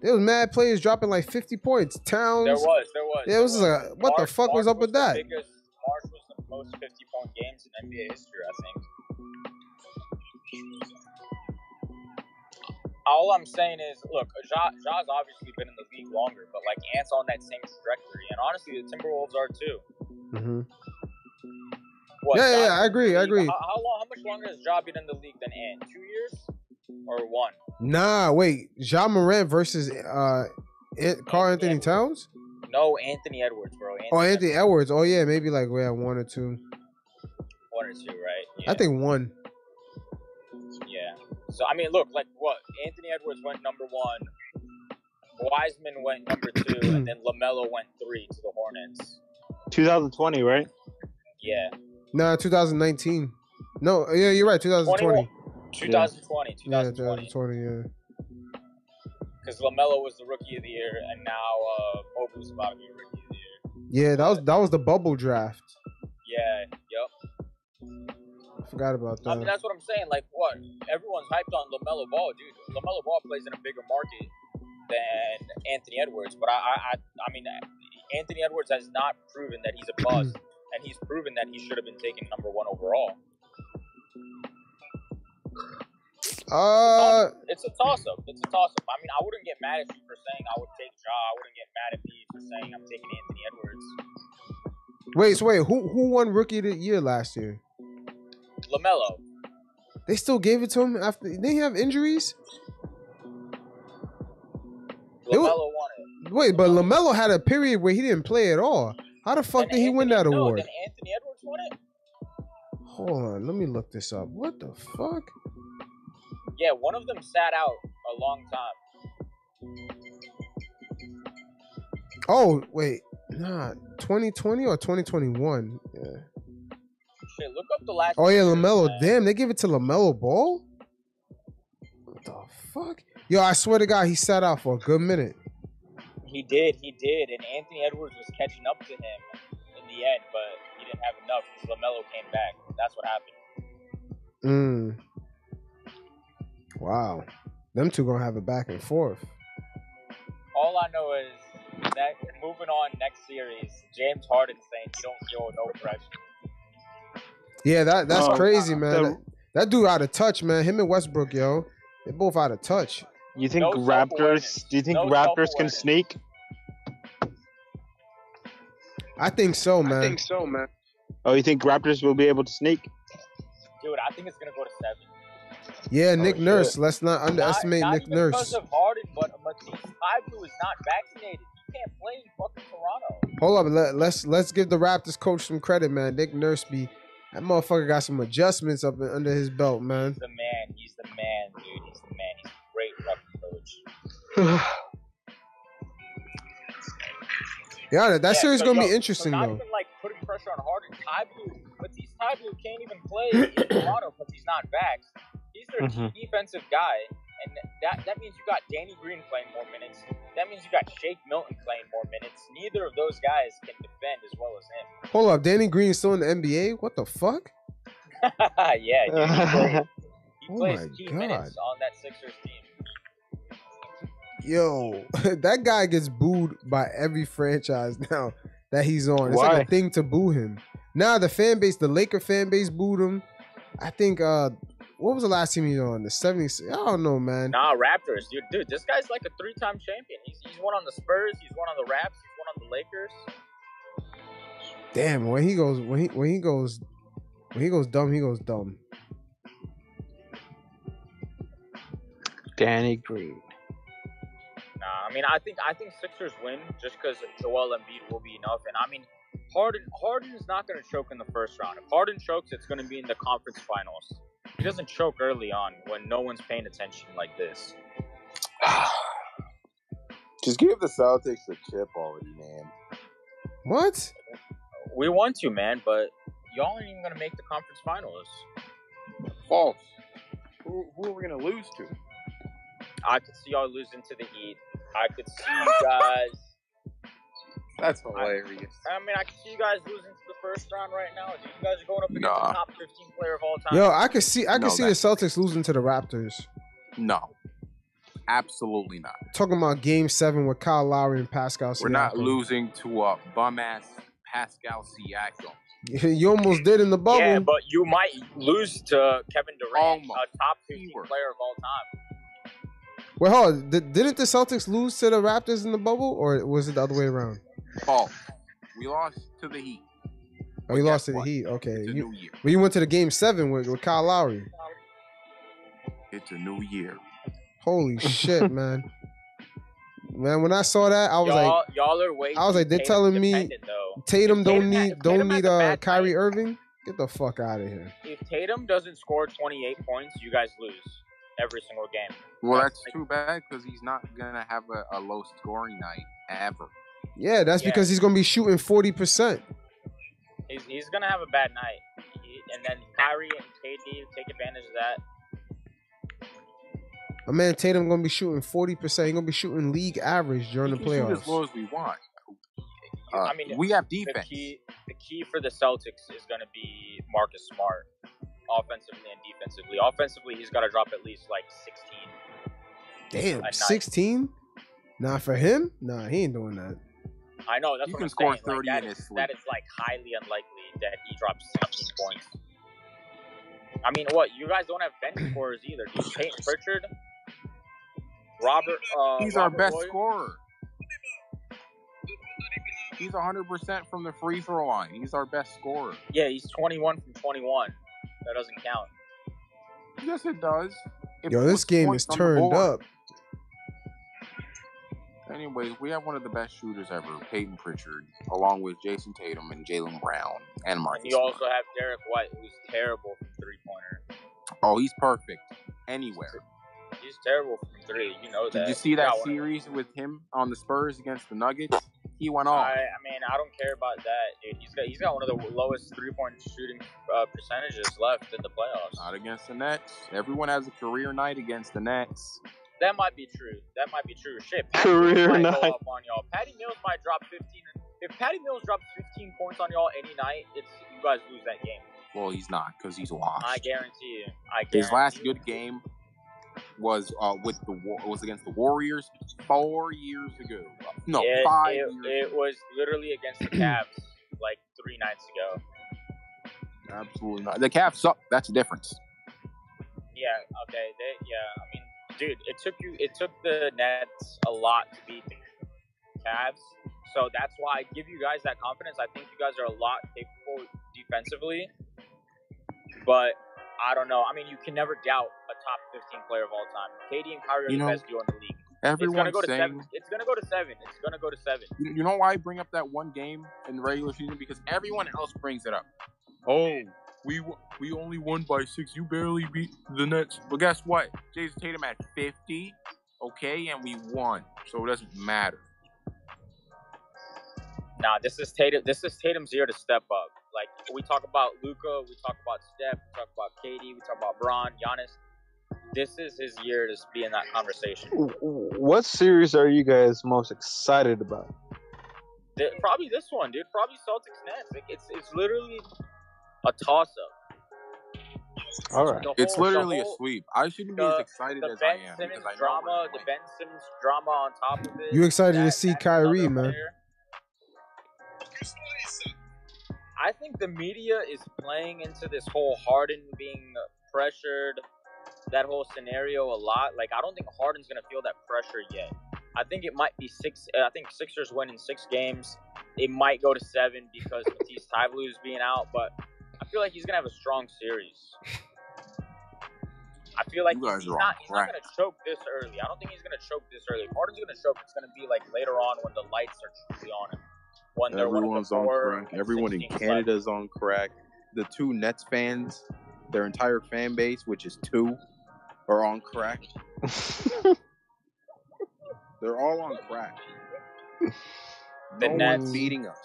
S1: there was mad players dropping like fifty points. Towns,
S4: There was, there was.
S1: yeah, it was just like, what the
S4: March-
S1: fuck was
S4: March
S1: up with
S4: the
S1: that?
S4: Biggest, March was the most 50 point games in NBA history, I think. All I'm saying is, look, Ja, Ja's obviously been in the league longer, but like Ant's on that same trajectory, and honestly, the Timberwolves are too.
S1: hmm
S4: What, Uh,
S1: Yeah, yeah, yeah,
S4: Ja's been
S1: I
S4: in the
S1: agree, I
S4: league-
S1: agree.
S4: How, how long? How much longer has Ja been in the league than Ant? Two years or one?
S1: Nah, wait, Ja Morant versus uh, it, Carl Anthony Towns
S4: No, Anthony Edwards, bro. Oh, Anthony
S1: or Anthony Edwards? Oh yeah, maybe like we had one or two.
S4: Edwards, one or two, right? Yeah.
S1: I think one.
S4: Yeah. So I mean, look, like what Anthony Edwards went number one, Wiseman went number two, and then Lamelo went three to the Hornets.
S3: 2020, right?
S4: Yeah.
S1: Nah, 2019. No, yeah, you're right. 2020.
S4: 2020,
S1: Yeah,
S4: 2020,
S1: 2020. Yeah.
S4: because Lamelo was the Rookie of the Year, and now uh, Mobley's about to be Rookie of the Year.
S1: Yeah, that was that was the bubble draft.
S4: Yeah. Yep.
S1: I forgot about
S4: I mean,
S1: that.
S4: that's what I'm saying. Like, what everyone's hyped on Lamelo Ball, dude. Lamelo Ball plays in a bigger market than Anthony Edwards, but I, I, I, I mean, Anthony Edwards has not proven that he's a bust, and he's proven that he should have been taken number one overall.
S1: Uh,
S4: It's a toss up. It's a toss up. I mean, I wouldn't get mad at you for saying I would take Ja. I wouldn't get mad at me for saying I'm taking Anthony Edwards.
S1: wait, so wait, who who won rookie of the year last year?
S4: Lamelo.
S1: They still gave it to him after didn't he have injuries? Dude.
S4: Lamelo won it.
S1: Wait, but Lamelo had a period where he didn't play at all. How the fuck
S4: Then
S1: did he win that
S4: Anthony- no,
S1: award?
S4: Then Anthony Edwards won it.
S1: Hold on, let me look this up. What the fuck?
S4: Yeah, one of them sat out a long time.
S1: Oh wait, nah, 2020 or 2021? Yeah.
S4: Shit, look up the last.
S1: Oh yeah,
S4: years,
S1: Lamelo.
S4: man.
S1: Damn, they give it to Lamelo Ball. What the fuck? Yo, I swear to God, he sat out for a good minute.
S4: He did, he did, and Anthony Edwards was catching up to him in the end, but he didn't have enough because Lamelo came back. That's what happened.
S1: Mm. Wow. Them two gonna have a back and forth.
S4: All I know is that moving on next series, James Harden saying he don't feel no pressure.
S1: Yeah, that that's
S3: Oh,
S1: crazy, man.
S3: the-
S1: that, that dude out of touch, man. Him and Westbrook, yo. They both out of touch.
S3: You think
S4: No self-awareness.
S3: Raptors? Do you think
S4: No
S3: Raptors can
S4: self-awareness.
S3: sneak?
S1: I think so, man.
S2: I think so, man.
S3: Oh, you think Raptors will be able to sneak?
S4: Dude, I think it's gonna go to seven.
S1: yeah, Nick
S3: shit.
S1: Nurse. Let's not underestimate
S4: Oh, not, not
S1: Nick
S4: even
S1: Nurse.
S4: because of Harden, but Matisse Thybulle is not vaccinated. He can't play in fucking Toronto.
S1: Hold up, let, let's let's give the Raptors coach some credit, man. Nick Nurse be that motherfucker got some adjustments up in- under his belt, man.
S4: He's the man. He's the man, dude. He's the man. He's a great fucking coach.
S1: Yeah, that
S4: Yeah,
S1: series
S4: so
S1: gonna
S4: yo,
S1: be interesting
S4: so not
S1: though.
S4: even like putting pressure on Harden. Tyblu, Matisse Tyblu can't even play in Toronto because he's not vaxxed. He's their key defensive guy, and that that means you got Danny Green playing more minutes. That means you got Shake Milton playing more minutes. Neither of those guys can defend as well as him.
S1: Hold up, Danny Green's still in the NBA. What the fuck?
S4: yeah, dude, he played- he
S1: Oh
S4: plays
S1: my
S4: key
S1: God.
S4: minutes on that Sixers team.
S1: Yo, that guy gets booed by every franchise now that he's on. It's
S3: Why?
S1: like a thing to boo him. Now the fan base, the Laker fan base booed him. I think uh what was the last team he was on? The 76 I don't know, man.
S4: Nah, Raptors, dude. Dude, this guy's like a three-time champion. He's, he's one on the Spurs. He's one on the Raps. He's one on the Lakers.
S1: Damn, when he goes when he when he goes when he goes dumb, he goes dumb.
S3: Danny Green.
S4: Nah, I mean, I think I think Sixers win just because Joel Embiid will be enough. And I mean, Harden Harden's not going to choke in the first round. If Harden chokes, it's going to be in the conference finals. He doesn't choke early on when no one's paying attention like this.
S2: Just give the Celtics a chip already, man.
S1: What?
S4: We want to, man, but y'all aren't even going to make the conference finals.
S2: False. Who, who are we gonna lose to?
S4: I could see y'all losing to the Heat. I could see you guys.
S2: That's hilarious.
S4: I mean, I can see you guys losing to the first round right now. Dude, you guys are going up against
S2: Nah.
S4: the top 15 player of all time.
S1: Yo, I could see I could
S2: No,
S1: see
S2: that-
S1: the Celtics losing to the Raptors.
S2: No, absolutely not.
S1: Talking about game seven with Kyle Lowry and Pascal Siakam.
S2: We're not losing to a bum ass Pascal Siakam.
S1: you almost did in the bubble.
S4: Yeah, but you might lose to Kevin Durant,
S2: Almost.
S4: a top 15
S2: Keyword.
S4: player of all time.
S1: Wait, hold on. Did, didn't the Celtics lose to the Raptors in the bubble, or was it the other way around?
S2: False. We lost to the Heat.
S1: Oh, you
S2: But
S1: lost
S2: guess
S1: to the
S2: what?
S1: Heat. Okay.
S2: It's
S1: You,
S2: a new year.
S1: well, you went to the game seven with, with Kyle Lowry.
S2: It's a new year.
S1: Holy shit, man. Man, when I saw that, I was
S4: y'all,
S1: like,
S4: y'all are way.
S1: I was
S4: too
S1: like, they're
S4: Tatum
S1: telling me-
S4: dependent, though.
S1: Tatum
S4: if
S1: don't
S4: Tatum had-
S1: need
S4: if
S1: don't
S4: Tatum
S1: need
S4: has a
S1: uh
S4: bad
S1: Kyrie
S4: night-
S1: Irving. Get the fuck out of here.
S4: If Tatum doesn't score 28 points, you guys lose every single game.
S2: Well, that's too bad because he's not gonna have a, a low scoring night ever.
S1: Yeah, that's
S4: Yeah.
S1: because he's gonna be shooting forty percent.
S4: He's, he's gonna have a bad night, He- and then Kyrie and KD take advantage of that.
S1: My man Tatum gonna be shooting forty percent. He's gonna be shooting league average during
S2: We
S1: the
S2: can shoot as low
S1: playoffs.
S2: as we want. Uh,
S4: I mean,
S2: we have
S4: the
S2: defense.
S4: key the key for the Celtics is going to be Marcus Smart, offensively and defensively. Offensively, he's got to drop at least like 16.
S1: Damn,
S4: I- I-
S1: sixteen. Nah, for him, nah, he ain't doing that.
S4: I know that's
S2: You
S4: what
S2: can
S4: I'm
S2: score
S4: saying. like,
S2: 30
S4: that
S2: in
S4: is-
S2: his sleep.
S4: That is like highly unlikely that he drops 16 points. I mean, what you guys don't have bench scorers either. Dude, Peyton Pritchard, Robert. Uh,
S2: He's our
S4: Robert
S2: best
S4: Williams.
S2: scorer. He's 100% from the free throw line. He's our best scorer.
S4: Yeah, he's 21 from 21. That doesn't count.
S2: Yes, it does. It
S1: Yo, this
S2: puts
S1: game is
S2: points on the
S1: turned up.
S2: board. Anyways, we have one of the best shooters ever, Peyton Pritchard, along with Jason Tatum and Jalen Brown and
S4: And
S2: Marcus.
S4: you
S2: Smart.
S4: also have Derek White, who's terrible from three pointer.
S2: oh, he's perfect anywhere.
S4: He's terrible from three. You know that.
S2: Did you see
S4: He
S2: that
S4: got one of them.
S2: series with him on the Spurs against the Nuggets? He went off.
S4: I, I mean, I don't care about that, dude. He's got he's got one of the lowest three point shooting uh, percentages left in the playoffs.
S2: Not against the Nets. Everyone has a career night against the Nets.
S4: That might be true. That might be true. Shit,
S3: Career
S4: might
S3: night.
S4: go up on y'all. Patty Mills might drop fifteen. If Patty Mills drops fifteen points on y'all any night, it's you guys lose that game.
S2: Well, he's not because he's lost.
S4: I guarantee you. I guarantee
S2: His last
S4: you.
S2: good game was uh, with the Wa- was against the Warriors four years ago. No,
S4: It-
S2: five
S4: It,
S2: years.
S4: it
S2: ago.
S4: was literally against the Cavs like three nights ago.
S2: Absolutely not. The Cavs suck. That's the difference.
S4: Yeah. Okay. They, yeah. I mean, dude, it took you. It took the Nets a lot to beat the Cavs. So that's why I give you guys that confidence. I think you guys are a lot capable defensively, but I don't know. I mean, you can never doubt a top 15 player of all time. KD and Kyrie are
S2: You
S4: the
S2: know,
S4: best duo in the league. it's
S2: Everyone's
S4: gonna go to
S2: saying
S4: seven. It's gonna go to seven. It's gonna go to seven.
S2: You, you know why I bring up that one game in the regular season? Because everyone else brings it up. Oh, we w- we only won by six. You barely beat the Nets. But guess what? Jason Tatum had 50, okay, and we won. So it doesn't matter.
S4: Nah, this is Tatum. This is Tatum's year to step up. Like we talk about Luca, we talk about Steph, we talk about Katie, we talk about Bron, Giannis. this is his year to be in that conversation.
S3: W- What series are you guys most excited about?
S4: Th- probably this one, dude. Probably Celtics Nets. Like it's it's literally a toss up.
S3: All right.
S2: It's literally a sweep. I shouldn't be
S4: the-
S2: as excited
S4: The
S2: as I
S4: Ben
S2: am because
S4: Simmons
S2: I know
S4: drama,
S2: we're
S4: the
S2: annoying.
S4: Ben Simmons drama on top of it.
S1: You excited to
S4: That-
S1: see
S4: that's
S1: Kyrie,
S4: another
S1: man.
S4: player. I think the media is playing into this whole Harden being pressured, that whole scenario a lot. Like I don't think Harden's gonna feel that pressure yet. I think it might be six. uh, I think Sixers win in six games. It might go to seven because Matisse Thybulle is being out, but I feel like he's gonna have a strong series. I feel like
S2: You
S4: he's,
S2: guys
S4: he's
S2: are on
S4: not, he's not
S2: crack.
S4: gonna choke this early. I don't think he's gonna choke this early. If Harden's gonna choke. It's gonna be like later on when the lights are truly on him. When they're one of the
S2: Everyone's on
S4: four
S2: crack.
S4: and
S2: Everyone in
S4: 16 left.
S2: Canada's on crack. The two Nets fans, their entire fan base, which is two, are on crack. They're all on crack.
S4: The
S2: no
S4: Nets.
S2: one's beating us.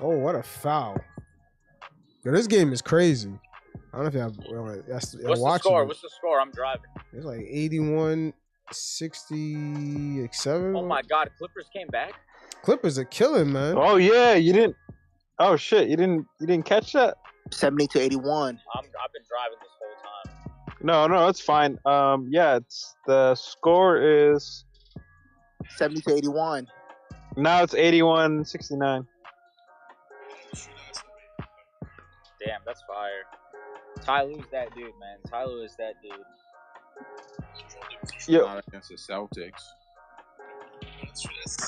S1: Oh, what a foul! Yo, this game is crazy. I don't know if y'all, y'all, y'all, y'all
S4: What's the
S1: watching.
S4: score?
S1: it.
S4: What's the score? I'm driving.
S1: It's like 81, 67.
S4: Oh my God! Clippers came back.
S1: Clippers are killing, man.
S3: oh yeah, you didn't. Oh shit, you didn't. You didn't catch that?
S7: 70 to 81.
S4: I'm, I've been driving this whole time.
S3: No, no, it's fine. Um, yeah, it's the score is
S7: 70 to 81.
S3: now it's 81-69.
S4: Damn, that's fire. Ty Lue's that dude, man. Ty Lue is that dude.
S3: Yo,
S2: Not against the Celtics.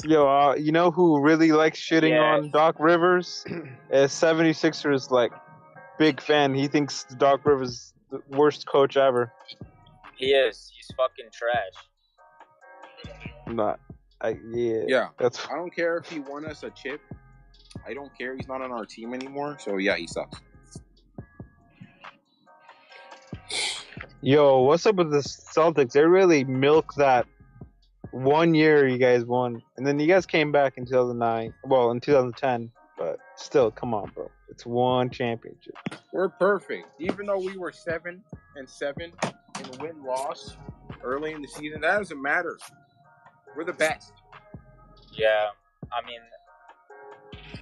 S3: Yo, uh, you know who really likes shitting
S4: Yeah.
S3: on Doc Rivers? Is 76ers like big fan. He thinks Doc Rivers is the worst coach ever.
S4: He is. He's fucking trash.
S3: Not, I yeah.
S2: Yeah.
S3: That's
S2: I don't care if he won us a chip. I don't care. He's not on our team anymore. So yeah, he sucks.
S3: yo. What's up with the Celtics? They really milk that one year you guys won, and then you guys came back in 2009. Well, in 2010, but still, come on, bro. It's one championship.
S2: We're perfect. Even though we were seven and seven in win loss early in the season, that doesn't matter. We're the best.
S4: Yeah, I mean,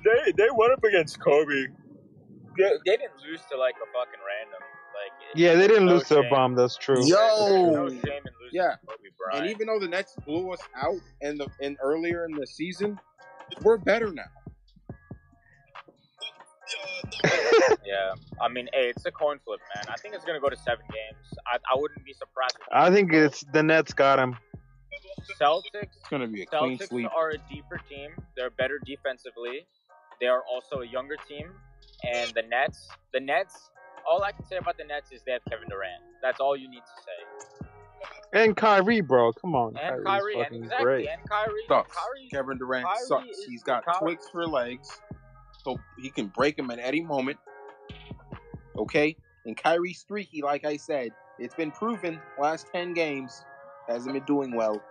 S4: they they went up against Kobe. They, they didn't lose to like a fucking random. Like it-
S3: Yeah, they didn't
S4: no
S3: lose to a
S4: shame.
S3: bomb. That's true.
S7: Yo!
S4: There's no shame in losing
S2: Yeah.
S4: to Kobe Bryant.
S2: And even though the Nets blew us out in the in earlier in the season, we're better now.
S4: yeah, I mean, hey, it's a coin flip, man. I think it's gonna go to seven games. I, I wouldn't be surprised. if-
S3: I think it's the Nets got him.
S4: Celtics.
S2: It's gonna be a clean
S4: Celtics
S2: sweep.
S4: are a deeper team. They're better defensively. They are also a younger team. And the Nets, the Nets, all I can say about the Nets is they have Kevin Durant. That's all you need to say.
S3: And Kyrie, bro, come on.
S4: And
S3: Kyrie's
S4: Kyrie, and
S3: fucking
S4: exactly,
S3: great.
S4: and Kyrie,
S2: Sucks.
S4: Kyrie,
S2: Kevin Durant
S4: Kyrie
S2: sucks.
S4: is
S2: He's
S4: the
S2: got
S4: Kyrie.
S2: twigs for legs, so he can break them at any moment. Okay, and Kyrie streaky, like I said, it's been proven last ten games hasn't been doing well.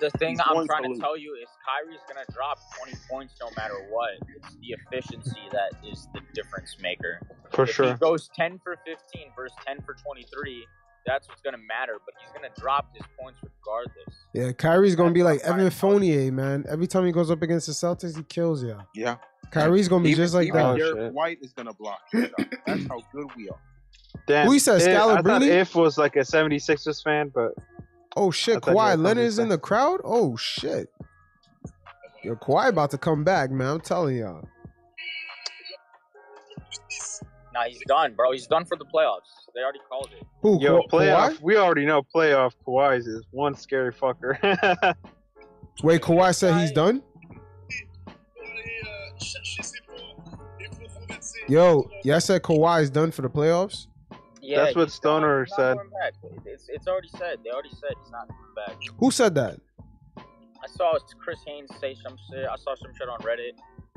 S4: the thing
S2: he's
S4: I'm
S2: going
S4: trying
S2: to
S4: to
S2: lose.
S4: tell you is Kyrie's gonna drop 20 points no matter what. It's the efficiency that is the difference maker.
S3: For
S4: if he
S3: sure.
S4: goes 10 for 15 versus 10 for 23, that's what's gonna matter. But he's gonna drop his points regardless.
S1: Yeah, Kyrie's gonna be like
S4: That's
S1: Evan
S4: what I'm
S1: Fournier, man. Every time he goes up against the Celtics, he kills y'all.
S2: Yeah,
S1: Kyrie's gonna be
S2: even,
S1: just like
S2: even
S1: that.
S3: Oh,
S2: Derek
S3: shit.
S2: White is gonna block. your shot. That's how good we are.
S3: Damn.
S1: Who you said,
S3: If- I thought
S1: Scalabrini?
S3: If was like a 76ers fan, but
S1: Oh
S3: I
S1: shit,
S3: thought you were
S1: Kawhi
S3: talking
S1: Leonard's in
S3: about-
S1: the crowd. Oh shit, yo, Kawhi about to come back, man. I'm telling y'all.
S4: Nah, he's done, bro. He's done for the playoffs. They already called it.
S1: Who?
S3: yo,
S1: Ka-
S3: playoff.
S1: Kawhi?
S3: We already know playoff Kawhi is one scary fucker.
S1: Wait, Kawhi said he's done. Yo, y'all said Kawhi is done for the playoffs.
S4: Yeah,
S3: That's what
S4: he's done.
S3: Stoner
S4: He's not
S3: said.
S4: going back. It's, it's already said. They already said he's not coming back.
S1: Who said that?
S4: I saw Chris Haynes say some shit. I saw some shit on Reddit.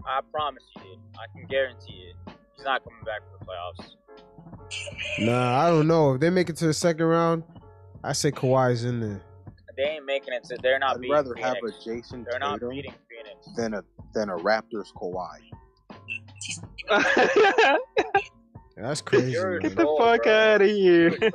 S4: I promise you, dude. I can guarantee it. He's not coming back for the playoffs.
S1: Nah, I don't know. If they make it to the second round, I say Kawhi's in there.
S4: They ain't making it. To, they're not
S2: I'd
S4: beating
S2: rather have
S4: Phoenix.
S2: a Jason
S4: They're not
S2: Tatum
S4: beating Phoenix.
S2: than a than a Raptors Kawhi.
S3: Get
S1: That's crazy.
S4: You're-
S1: man.
S3: the
S4: Oh,
S3: fuck
S4: bro.
S3: out of here.
S4: Bro,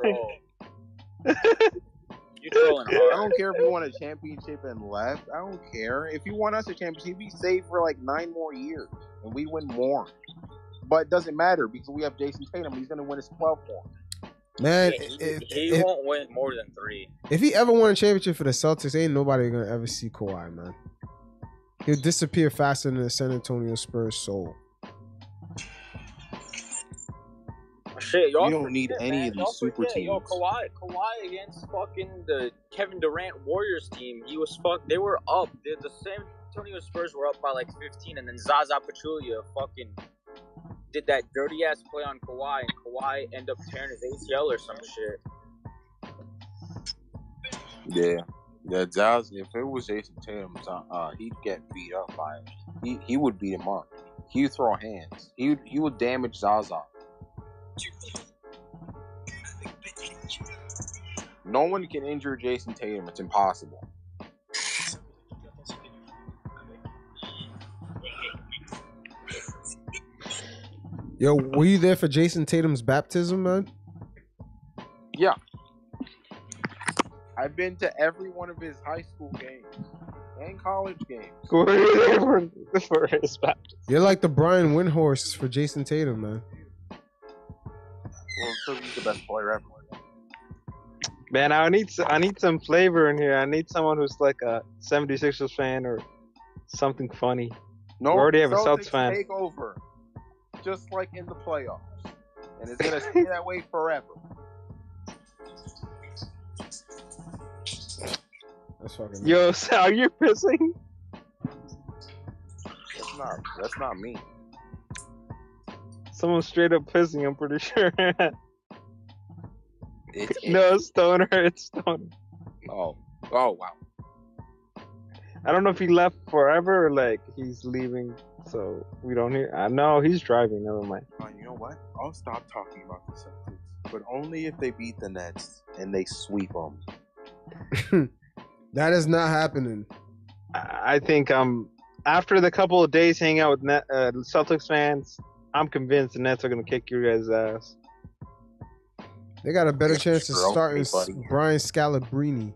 S4: You're trolling
S2: I
S4: hard.
S2: don't care if you want a championship and left. I don't care. If you want us a championship, we save for like nine more years and we win more. But it doesn't matter because we have Jason Tatum. He's going to win his 12th one.
S1: Man,
S4: Yeah, he,
S1: if,
S4: he
S1: if,
S4: won't win more than three.
S1: if he ever won a championship for the Celtics, ain't nobody gonna ever see Kawhi, man. He'll disappear faster than the San Antonio Spurs soul.
S4: Shit, y'all
S2: We don't need
S4: forget,
S2: any
S4: man.
S2: of
S4: Y'all
S2: these super
S4: forget, Yo,
S2: teams.
S4: Kawhi, Kawhi against fucking the Kevin Durant Warriors team. He was fuck. They were up. The, the San Antonio Spurs were up by like 15, and then Zaza Pachulia fucking did that dirty ass play on Kawhi, and Kawhi ended up tearing his ACL or some shit.
S2: Yeah. Yeah, Jazz, if it was Jason Tatum, uh, he'd get beat up by him. He, he would beat him up. He would throw hands. He would, he would damage Zaza. No one can injure Jason Tatum. It's impossible.
S1: Yo, were you there for Jason Tatum's baptism, man?
S2: I've been to every one of his high school games and college games.
S3: Where are you there for, for his back?
S1: You're like the Brian Windhorse for Jason Tatum, man.
S2: Well, because he's the best player ever.
S3: Man, I need s- I need some flavor in here. I need someone who's like a 76ers fan or something funny.
S2: No,
S3: We already have a
S2: Celtics
S3: Celtics fan.
S2: Take over, just like in the playoffs, and it's gonna stay that way forever.
S1: That's fucking.
S3: Yo, so are you pissing?
S2: That's not. That's not me.
S3: Someone's straight up pissing. I'm pretty sure.
S2: It's
S3: no, it's Stoner. It's Stoner.
S2: Oh. Oh wow.
S3: I don't know if he left forever or like he's leaving, so we don't hear. I know he's driving. Never mind.
S2: Uh, you know what? I'll stop talking about the Celtics, but only if they beat the Nets and they sweep them.
S1: That is not happening.
S3: I I think um after the couple of days hanging out with Net, uh, Celtics fans, I'm convinced the Nets are gonna kick your guys' ass.
S1: They got a better
S2: Yeah,
S1: chance of
S2: sure,
S1: starting
S2: okay, buddy.
S1: Brian Scalabrine.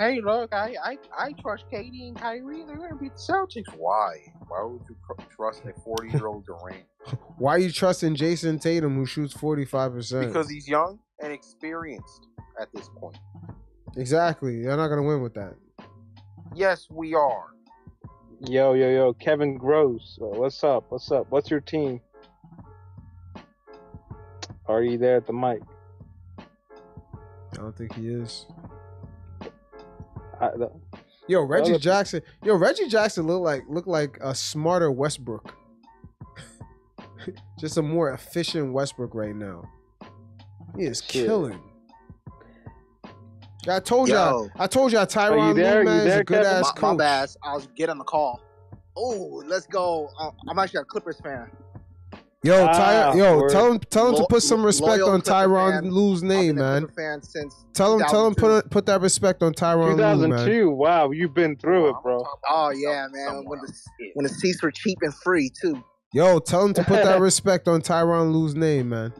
S2: Hey, look, I, I, I trust Katie and Kyrie. They're gonna beat the Celtics. Why? Why would you cr- trust a forty-year-old Durant?
S1: Why are you trusting Jason Tatum who shoots 45%?
S2: Because he's young and experienced at this point.
S1: exactly. You're not going to win with that.
S2: Yes, we are.
S3: Yo, yo, yo, Kevin Gross. uh, What's up? What's up? What's your team? Are you there at the mic?
S1: I don't think he is.
S3: I, the,
S1: Yo, Reggie
S3: Other-
S1: Jackson. Yo, Reggie Jackson look like look like a smarter Westbrook. Just a more efficient Westbrook right now. He is
S3: Shit.
S1: killing. I told y'all.
S7: Yo.
S1: I told y'all Tyron Lue,
S3: there? You
S1: man, is a
S3: there,
S1: good
S3: Kevin?
S1: ass
S7: my,
S1: coach.
S7: my bad. I was get on the call. Oh, let's go.
S2: Uh,
S7: I- I'm actually a Clippers fan.
S1: Yo,
S3: Ah,
S1: Ty, yo,
S3: word.
S1: tell him tell him to
S7: Lo-
S1: put some
S7: lo-
S1: respect
S7: loyal
S1: on
S7: Clipper
S1: Tyron
S7: fan.
S1: Lue's
S7: I've
S1: name,
S7: been a
S1: man.
S7: Clipper fan since
S1: Tell him tell him
S7: 2002.
S1: put put that respect on Tyron Lue, man.
S3: 2002. Wow, you've been through it, bro.
S7: Oh yeah, man. When the when the seats were cheap and free too.
S1: Yo, tell him to put that respect on Tyron Lue's name, man.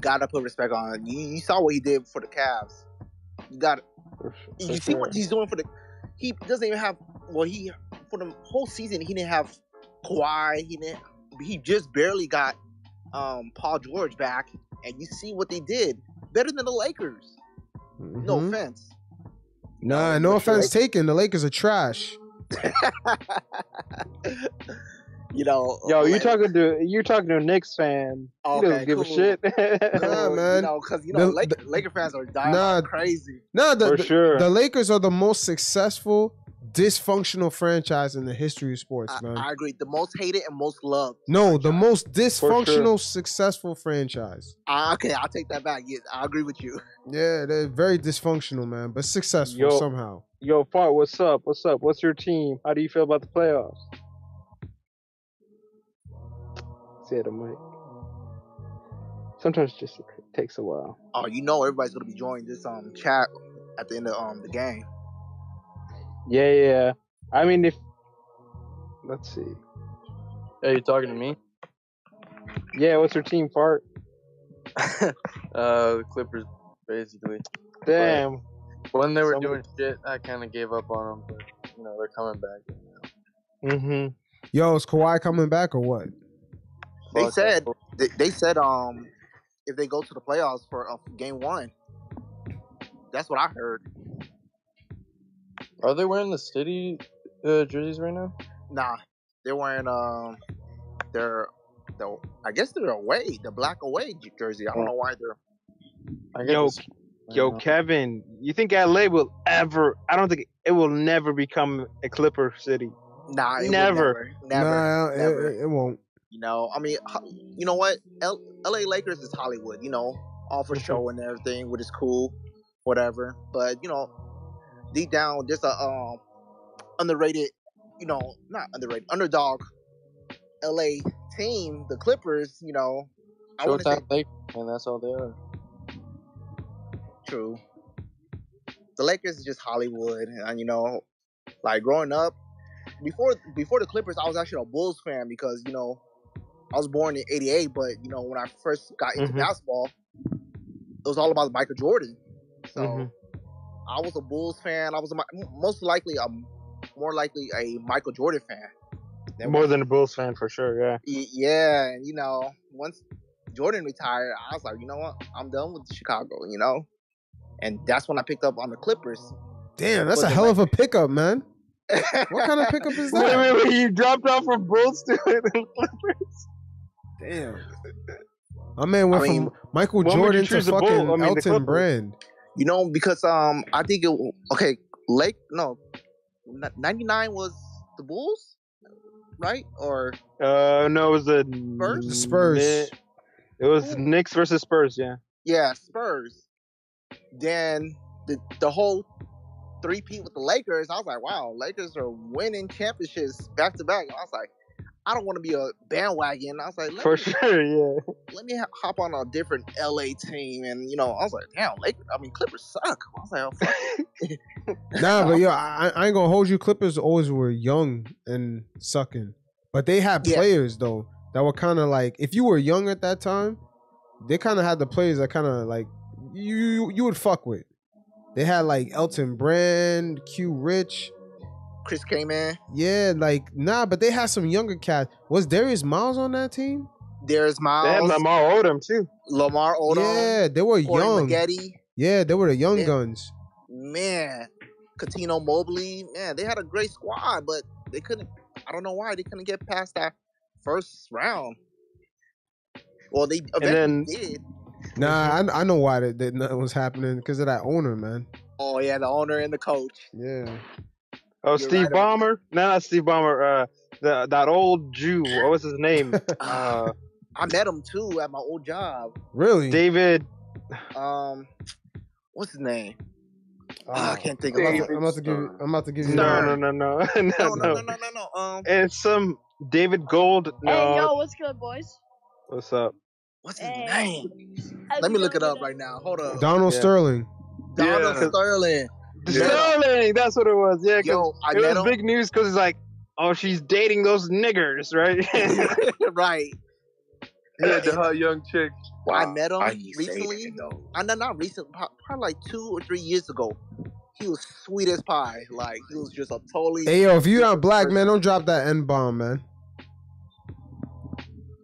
S7: Gotta put respect on. him. You, you saw what he did for the Cavs. You got.
S3: For
S7: You
S3: sure.
S7: see what he's doing for the. He doesn't even have. Well, he for the whole season he didn't have Kawhi. He didn't. He just barely got um, Paul George back, and you see what they did. Better than the Lakers. No
S3: Mm-hmm.
S1: Mhm.
S7: offense.
S1: Nah, no offense taken. The Lakers are trash.
S7: you know.
S3: Yo, you
S7: like-
S3: talking to you talking to a Knicks fan? he doesn't
S7: Okay,
S3: give
S7: cool.
S3: a shit.
S1: Nah,
S7: Cool,
S1: man.
S7: You know, because you know,
S1: The-
S7: Laker, Laker fans are dying
S1: Nah.
S7: crazy.
S1: No, the,
S3: For
S1: the,
S3: sure.
S1: the Lakers are the most successful dysfunctional franchise in the history of sports,
S7: I,
S1: man.
S7: I agree. The most hated and most loved.
S1: no, the
S7: franchise.
S1: most dysfunctional successful franchise.
S7: Ah, okay, I'll take that back. Yes, I agree with you.
S1: Yeah, they're very dysfunctional, man, but successful
S3: Yo.
S1: somehow.
S3: Yo, Fart, what's up? What's up? What's your team? How do you feel about the playoffs? See the mic. Sometimes it just takes a while.
S7: Oh, you know, everybody's gonna be joining this um chat at the end of um the game.
S3: Yeah, yeah. I mean, if let's see.
S6: Hey, you talking to me?
S3: Yeah, what's your team, Fart?
S6: Uh, the Clippers. basically.
S3: Damn.
S6: When they were doing
S3: Somebody-
S6: shit, I kind of gave up on them. But, you know, they're coming back.
S3: Mm-hmm.
S1: Yo, is Kawhi coming back or what?
S6: Fuck,
S7: They
S6: I
S7: said
S6: hope-
S7: they, they said um if they go to the playoffs for uh, game one. That's what I heard.
S6: Are they wearing the city uh, jerseys right now?
S7: Nah, they're wearing um their the I guess they're away the black away j- jersey. I don't know why they're
S6: I
S3: Yo,
S6: guess.
S3: Yo, Kevin, you think LA will ever? I don't think it will never become a Clipper city.
S7: nah it would
S3: Never.
S7: never never
S1: nah, it-
S7: never.
S1: It, it won't.
S7: you know I mean ho- you know what L- L.A. Lakers is Hollywood you know all for show and everything which is cool whatever but you know deep down there's a um underrated you know not underrated underdog L.A. team the Clippers you know I want to say
S6: Showtime Lake, and that's all they are.
S7: True. The Lakers is just Hollywood, and you know, like growing up, before before the Clippers, I was actually a Bulls fan because you know, I was born in '88, but you know, when I first got into
S3: Mhm.
S7: basketball, it was all about Michael Jordan. So
S3: Mhm.
S1: Mm-hmm.
S7: I was a Bulls fan. I was a, Mi- most likely a more likely a Michael Jordan fan. Then
S3: More than a Bulls fan for sure. Yeah.
S7: Y- yeah, and you know, once Jordan retired, I was like, you know what, I'm done with Chicago, you know, and that's when I picked up on the Clippers.
S1: Damn, that's
S7: Was
S1: a
S7: it
S1: hell
S7: like-
S1: of a pickup, man. What kind of pickup is
S3: Wait,
S1: that?
S3: wait, wait! You dropped off from Bulls to
S1: Damn. My man went
S7: I mean,
S1: from Michael
S3: when would you
S1: Jordan to
S3: choose the Bull-
S1: fucking
S3: I mean, the
S1: Elton
S3: Clippers?
S1: Brand.
S7: You know, because um, I think it okay. Lake no, ninety nine was the Bulls, right? Or
S3: Uh, no, it was the
S7: Spurs?
S1: The Spurs.
S3: It, was
S7: Ooh.
S3: Knicks versus Spurs. Yeah.
S7: yeah, Spurs. Then the the whole three P with the Lakers. I was like, wow, Lakers are winning championships back to back. I was like, I don't want to be a bandwagon. I was like, let
S3: For
S7: me,
S3: sure. Yeah.
S7: let me ho- hop on a different LA team, and you know, I was like, damn, Lakers. I mean, Clippers suck. I was like, oh, fuck.
S1: Nah, but yo, I, I ain't gonna hold you. Clippers always were young and sucking, but they had
S7: Yeah.
S1: players though that were kind of like if you were young at that time, they kind of had the players that kind of like you, you you would fuck with. They had like Elton Brand, Q Rich,
S7: Chris came in.
S1: yeah, like nah, but they had some younger cats. Was Darius Miles on that team?
S7: There's
S3: They had
S7: Miles,
S3: Lamar Odom too.
S7: Lamar Odom,
S1: yeah, they were
S7: Corey
S1: young.
S7: Maggette.
S1: Yeah, they were the young
S7: Yeah.
S1: guns.
S7: man, Katino Mobley, man, they had a great squad, but they couldn't. I don't know why they couldn't get past that first round. Well, they eventually
S3: then-
S7: did.
S1: Nah, I, I know why that, that nothing was happening because of that owner, man.
S7: Oh yeah, the owner and the coach.
S1: Yeah.
S3: Oh,
S7: You're
S3: Steve
S7: right about
S3: Ballmer. No, not Steve Ballmer. Uh, the that old Jew. What was his name? uh,
S7: I met him too at my old job.
S1: Really?
S3: David.
S7: Um, what's his name? Ah, I
S1: Oh.
S7: can't think
S1: I'm
S7: of
S1: about,
S7: it.
S1: to, I'm about to give you. I'm about to give you.
S3: No,
S7: Stern.
S3: no, no, no, no,
S7: No, no, no, no, no, no. Um,
S3: It's some David Gold. No.
S8: Hey, yo, what's good, boys?
S3: What's up?
S7: what's his
S8: Hey.
S7: name?
S8: How's
S7: Let me
S8: it
S7: look it
S8: going
S7: up right
S8: today?
S7: now. Hold up,
S1: Donald
S3: Yeah.
S1: Sterling.
S7: Donald
S3: Yeah.
S7: Sterling. Yeah.
S3: Sterling. That's what it was. Yeah. 'cause
S7: Yo, I
S3: it was
S7: met him.
S3: big news because it's like, oh, she's dating those niggers, right?
S7: right. uh,
S6: Yeah, the hot young chick.
S7: I met him recently. I know not recent, pro- probably like two or three years ago. He was sweet as pie. Like he was just a totally.
S1: Hey yo, if you're not black, man, don't drop that N bomb, man.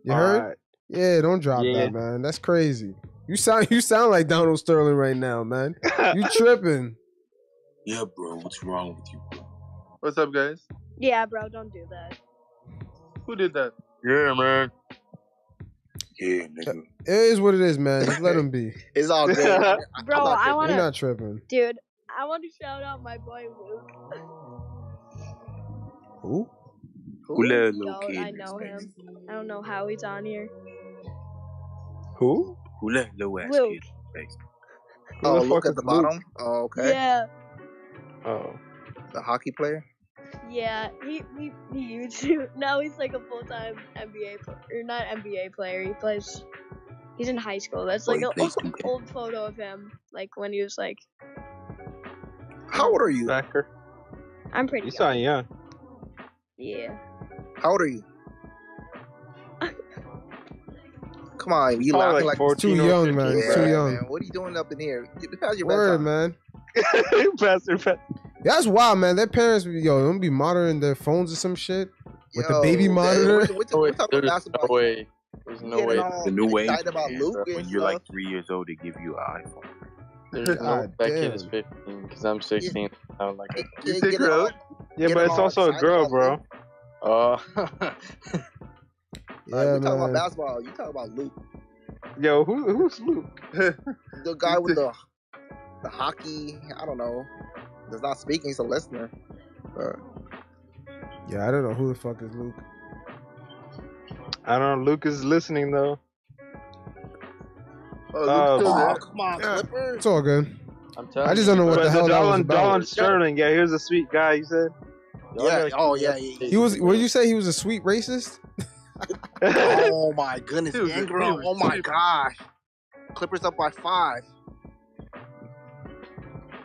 S1: You heard?
S3: Alright.
S1: Yeah, don't drop
S3: Yeah.
S1: that, man. That's crazy. You sound you sound like Donald Sterling right now, man. You tripping?
S2: Yeah, bro. What's wrong with you, bro?
S6: What's up, guys?
S8: Yeah, bro, don't do that.
S6: Who did that?
S2: Yeah, man. Yeah, nigga.
S1: It is what it is, man. Just let him be.
S7: It's all good. I- I'm
S8: Bro,
S7: not
S8: I
S7: tripping.
S8: want
S1: You're
S8: to,
S1: not tripping.
S8: dude. I want to shout out my boy Luke.
S1: Who?
S2: Who let a little
S8: Yo,
S2: kid
S8: I
S2: in his
S8: know
S2: face?
S8: him. I don't know how he's on here.
S1: Who?
S2: Who let a little ass
S8: Luke.
S2: kid in his face?
S3: Who
S7: Oh,
S3: the
S7: look
S3: fuck
S7: at the
S3: is Luke?
S7: bottom. Oh, okay.
S8: Yeah,
S3: Oh.
S7: The hockey player.
S8: yeah. He he he used to. Now he's like a full time NBA pl- or not NBA player. He plays. He's in high school. That's
S2: Oh,
S8: like
S2: he
S8: an
S2: plays 2K.
S8: old photo of him, like when he was like,
S7: How old are you?
S3: Backer.
S8: I'm pretty
S3: You
S8: young.
S3: sound young.
S8: Yeah.
S7: How old are you? Come on, you
S3: Probably
S7: laughing
S3: like
S7: like,
S1: Too
S3: 14
S1: young,
S3: or 15,
S1: man.
S7: Yeah,
S1: It's too young.
S7: Man. What are you doing up in here? Get out your
S1: Word,
S7: bedtime.
S1: man.
S3: bro. Pastor, Pastor.
S1: That's wild, man. Their parents, be yo, them be monitoring their phones or some shit. With the baby
S7: man,
S1: monitor?
S7: We're, we're,
S6: Oh,
S7: we're
S6: wait,
S7: talking
S6: there's
S7: about basketball.
S6: no way. There's no
S7: Getting
S6: way.
S7: all
S2: The new way
S7: excited about
S2: man,
S7: Luke and
S2: when you're like
S7: stuff.
S2: three years old, they give you an iPhone.
S6: There's no
S1: God
S6: that kid is
S1: damn.
S6: 15 because I'm 16. I don't like it.
S7: Yeah,
S2: think
S7: get it
S2: Rogue?
S7: all-
S3: Yeah,
S7: Get
S3: but
S7: him
S3: it's
S7: all
S3: also a
S7: excited
S3: girl,
S7: about
S3: bro.
S6: Oh,
S1: Yeah,
S7: Like, we're talking about
S1: man.
S7: basketball. You talking about Luke,
S3: Yo, who who's Luke?
S7: the guy with the the hockey. I don't know. Does not speak. He's a listener. Uh,
S6: uh,
S1: Yeah, I don't know who the fuck is Luke.
S3: I don't know. Luke is listening though.
S7: oh, Luke's
S3: Uh,
S7: still
S3: but-
S7: there. Come on,
S1: Yeah.
S7: Clippers.
S1: It's all good.
S6: I'm telling
S1: I just don't know what
S3: But
S1: the hell
S3: the
S1: that was
S3: Dolan
S1: about.
S3: Dolan Sterling, yeah, he was a sweet guy. You said. Y'all
S7: Yeah.
S3: gotta
S7: Oh
S3: keep
S7: yeah. yeah,
S3: up
S6: to
S1: He
S7: yeah.
S6: date.
S1: was. What did you say? He was a sweet racist.
S3: to date.
S7: Oh my goodness,
S6: Dude,
S7: Ingram.
S6: dude,
S7: Oh my
S6: dude.
S7: gosh. Clippers up by five.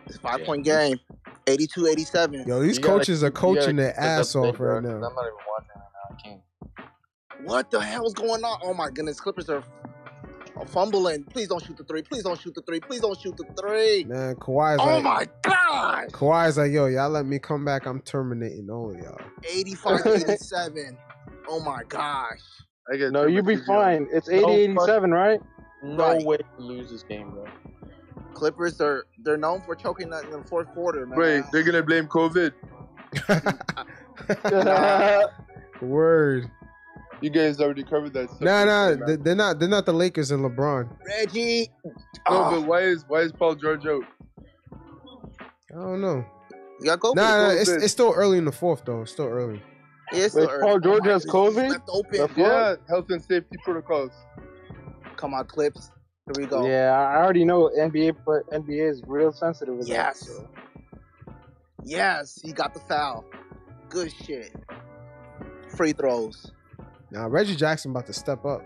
S7: It's a five
S2: Yeah.
S7: point game. 82-87.
S1: Yo, these
S6: You gotta
S1: coaches are
S6: keep- you gotta
S1: coaching their
S6: keep us
S1: ass
S6: up to
S1: off
S6: date, bro,
S1: right
S6: 'cause
S1: now.
S6: I'm not even watching right now. I can't.
S7: What the hell's going on? Oh my goodness, Clippers are are fumbling. Please don't shoot the three. Please don't shoot the three. Please don't shoot the three.
S1: Man, Kawhi's
S7: Oh
S1: like,
S7: my gosh.
S1: Kawhi's like, yo, y'all let me come back. I'm terminating all of y'all.
S7: 85-87. oh my gosh.
S6: I get
S3: No, you be fine. It's 80-87, right?
S6: No
S7: Right.
S6: way to lose this game, bro.
S7: Clippers are they're known for choking in the fourth quarter, man.
S6: they're gonna blame COVID.
S1: Word.
S6: You guys already covered that.
S1: Nah, nah, th- they're not. They're not the Lakers and LeBron.
S7: Reggie.
S2: Ah.
S7: Oh,
S6: why is why is Paul George out?
S1: I don't know.
S7: you got COVID.
S1: Nah, nah,
S6: Paul
S1: it's
S6: George.
S1: it's still early in the fourth though. It's still early.
S7: Yeah, it's
S3: Wait,
S7: still early.
S3: Paul George
S7: my
S3: has
S7: goodness,
S3: COVID?
S7: Left open.
S3: The fuck? Yeah,
S6: health and safety protocols.
S7: Come on, Clips. Here we go.
S3: Yeah, I already know NBA, but NBA is real sensitive with that.
S7: Yes.
S3: So.
S7: Yes, he got the foul. Good shit. Free throws.
S1: Now Reggie Jackson about to step up.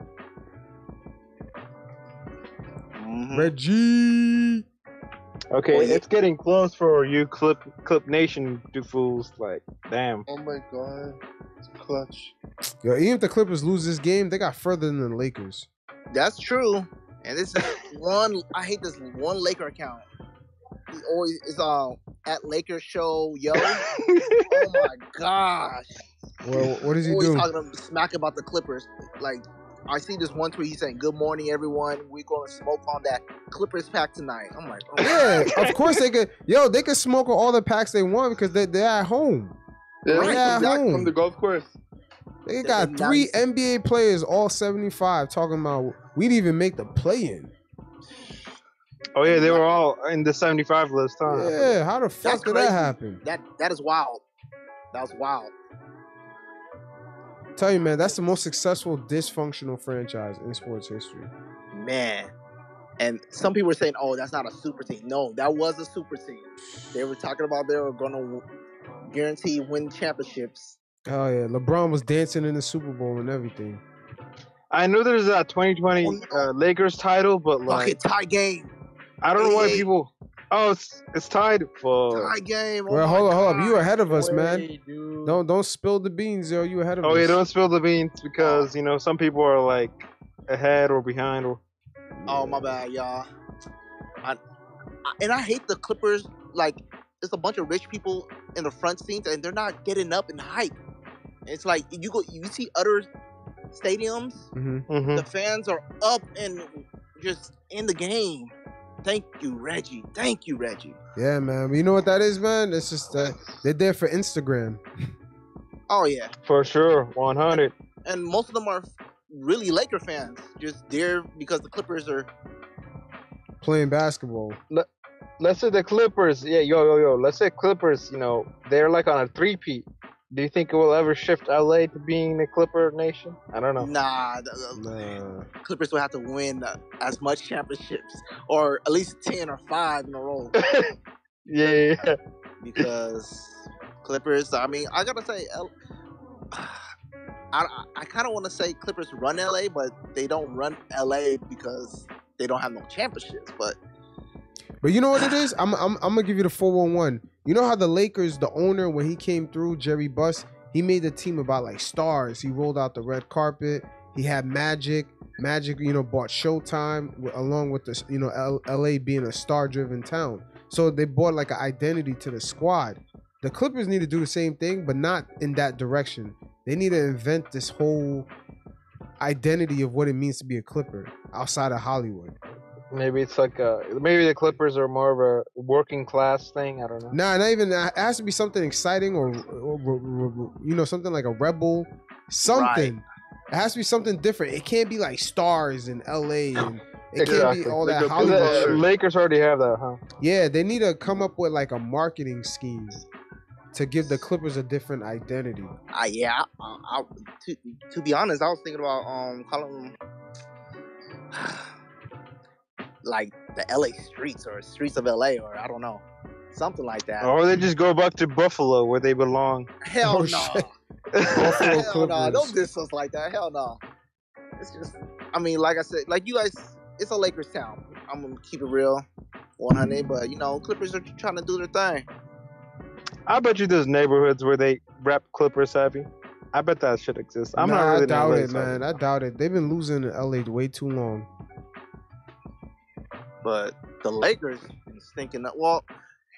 S6: Mm-hmm.
S7: Mhm.
S1: Reggie.
S3: Okay,
S7: Oh, yeah.
S3: it's getting close for you, Clip Clip Nation, do fools. Like, damn.
S6: Oh my god, it's clutch.
S1: Yo, even if the Clippers lose this game, they got further than the Lakers.
S7: That's true. And this is one. I hate this one Laker account. He always is all at Laker show yo. oh my gosh.
S1: Well, what does he
S7: always
S1: do?
S7: talking smack about the Clippers. Like, I see this one tweet. He's saying, "Good morning, everyone. We're going to smoke on that Clippers pack tonight." I'm like, oh,
S1: Yeah, of course they could. Yo, they could smoke all the packs they want because they they're at home.
S6: Yeah,
S1: Right, yeah,
S6: exactly.
S1: home.
S6: From the golf course.
S1: They
S7: That's
S1: got
S7: nice.
S1: three NBA players, all seventy five, talking about we didn't even make the play in.
S3: Oh yeah, they were all in the 75 list, huh?
S1: Yeah, how the fuck
S7: That's
S1: did
S7: crazy.
S1: that happen?
S7: that that is wild. That was wild.
S1: Tell you, man, that's the most successful dysfunctional franchise in sports history.
S7: man. And some people were saying, "Oh, that's not a super team." No, that was a super team. They were talking about they were going to guarantee win championships.
S1: Hell Oh, yeah, LeBron was dancing in the Super Bowl and everything.
S3: I knew there's that
S7: Oh,
S3: 2020 uh, Lakers title, but
S7: Fucking
S3: like,
S7: tie game,
S3: I don't know why
S7: 88.
S3: people. Oh, it's, it's tied for.
S7: tie game. Oh
S1: well,
S7: my
S1: hold up, hold
S7: God.
S1: up, you ahead of us,
S6: Way,
S1: man.
S6: dude.
S1: Don't don't spill the beans, yo. You ahead of
S3: Oh
S1: us.
S3: yeah, don't spill the beans because you know some people are like ahead or behind or.
S7: Oh my bad, y'all. I, I and I hate the Clippers. Like it's a bunch of rich people in the front seats, and they're not getting up and hype. It's like you go, you see other stadiums,
S1: hmm
S3: hmm
S7: Mm-hmm. the fans are up and just in the game. Thank you, Reggie. Thank you, Reggie.
S1: Yeah, man. But you know what that is, man? It's just that they're there for Instagram.
S7: Oh yeah,
S3: For sure, 100.
S7: and most of them are really Laker fans, just there because the Clippers are.
S1: Playing basketball.
S3: Let's say the Clippers. Yeah, yo, yo, yo. Let's say Clippers. You know they're like on a three-peat. Do you think it will ever shift LA to being the Clipper nation? I don't know.
S7: Nah, the, the
S1: Nah.
S7: Clippers will have to win uh, as much championships, or at least ten or five in a row.
S3: Yeah, yeah, yeah.
S7: because Clippers. I mean, I gotta say, L- I I, I kind of want to say Clippers run LA, but they don't run LA because they don't have no championships. But
S1: But you know what it is? I'm I'm I'm gonna give you the 411. You know how the Lakers, the owner, when he came through, Jerry Buss, he made the team about like stars. He rolled out the red carpet. He had Magic. Magic, you know, bought Showtime w- along with the, you know, L- LA being a star-driven town. So they bought like an identity to the squad. The Clippers need to do the same thing, but not in that direction. They need to invent this whole identity of what it means to be a Clipper outside of Hollywood.
S3: Maybe it's like uh maybe the Clippers are more of a working class thing. I don't know.
S1: Nah, not even. It has to be something exciting or, or- or- or, you know, something like a rebel, something. It has to be something different. It can't be like stars in L.A. and it can't be
S3: Exactly.
S1: all that
S6: Like a-
S3: 'Cause
S1: Hollywood.
S3: the
S1: shit.
S3: Lakers already have that, huh?
S1: Yeah, they need to come up with like a marketing scheme to give the Clippers a different identity.
S7: I yeah, I, um, I, to, to be honest, I was thinking about um calling them like the LA streets or streets of LA or I don't know, something like that.
S3: Or they just go back to Buffalo where they belong.
S7: Hell
S1: Oh,
S7: no,
S1: shit.
S7: hell no,
S1: Clippers.
S7: don't diss us like that. Hell no. It's just, I mean, like I said, like you guys, it's a Lakers town. I'm gonna keep it real, 100. But you know, Clippers are trying to do their thing.
S3: I bet you there's neighborhoods where they rap Clippers happy. I bet that shit exists. I'm
S1: Nah,
S3: not really
S1: I doubt
S3: in LA,
S1: it, man. I doubt it. They've been losing in LA way too long.
S7: But the Lakers been stinking up. Well,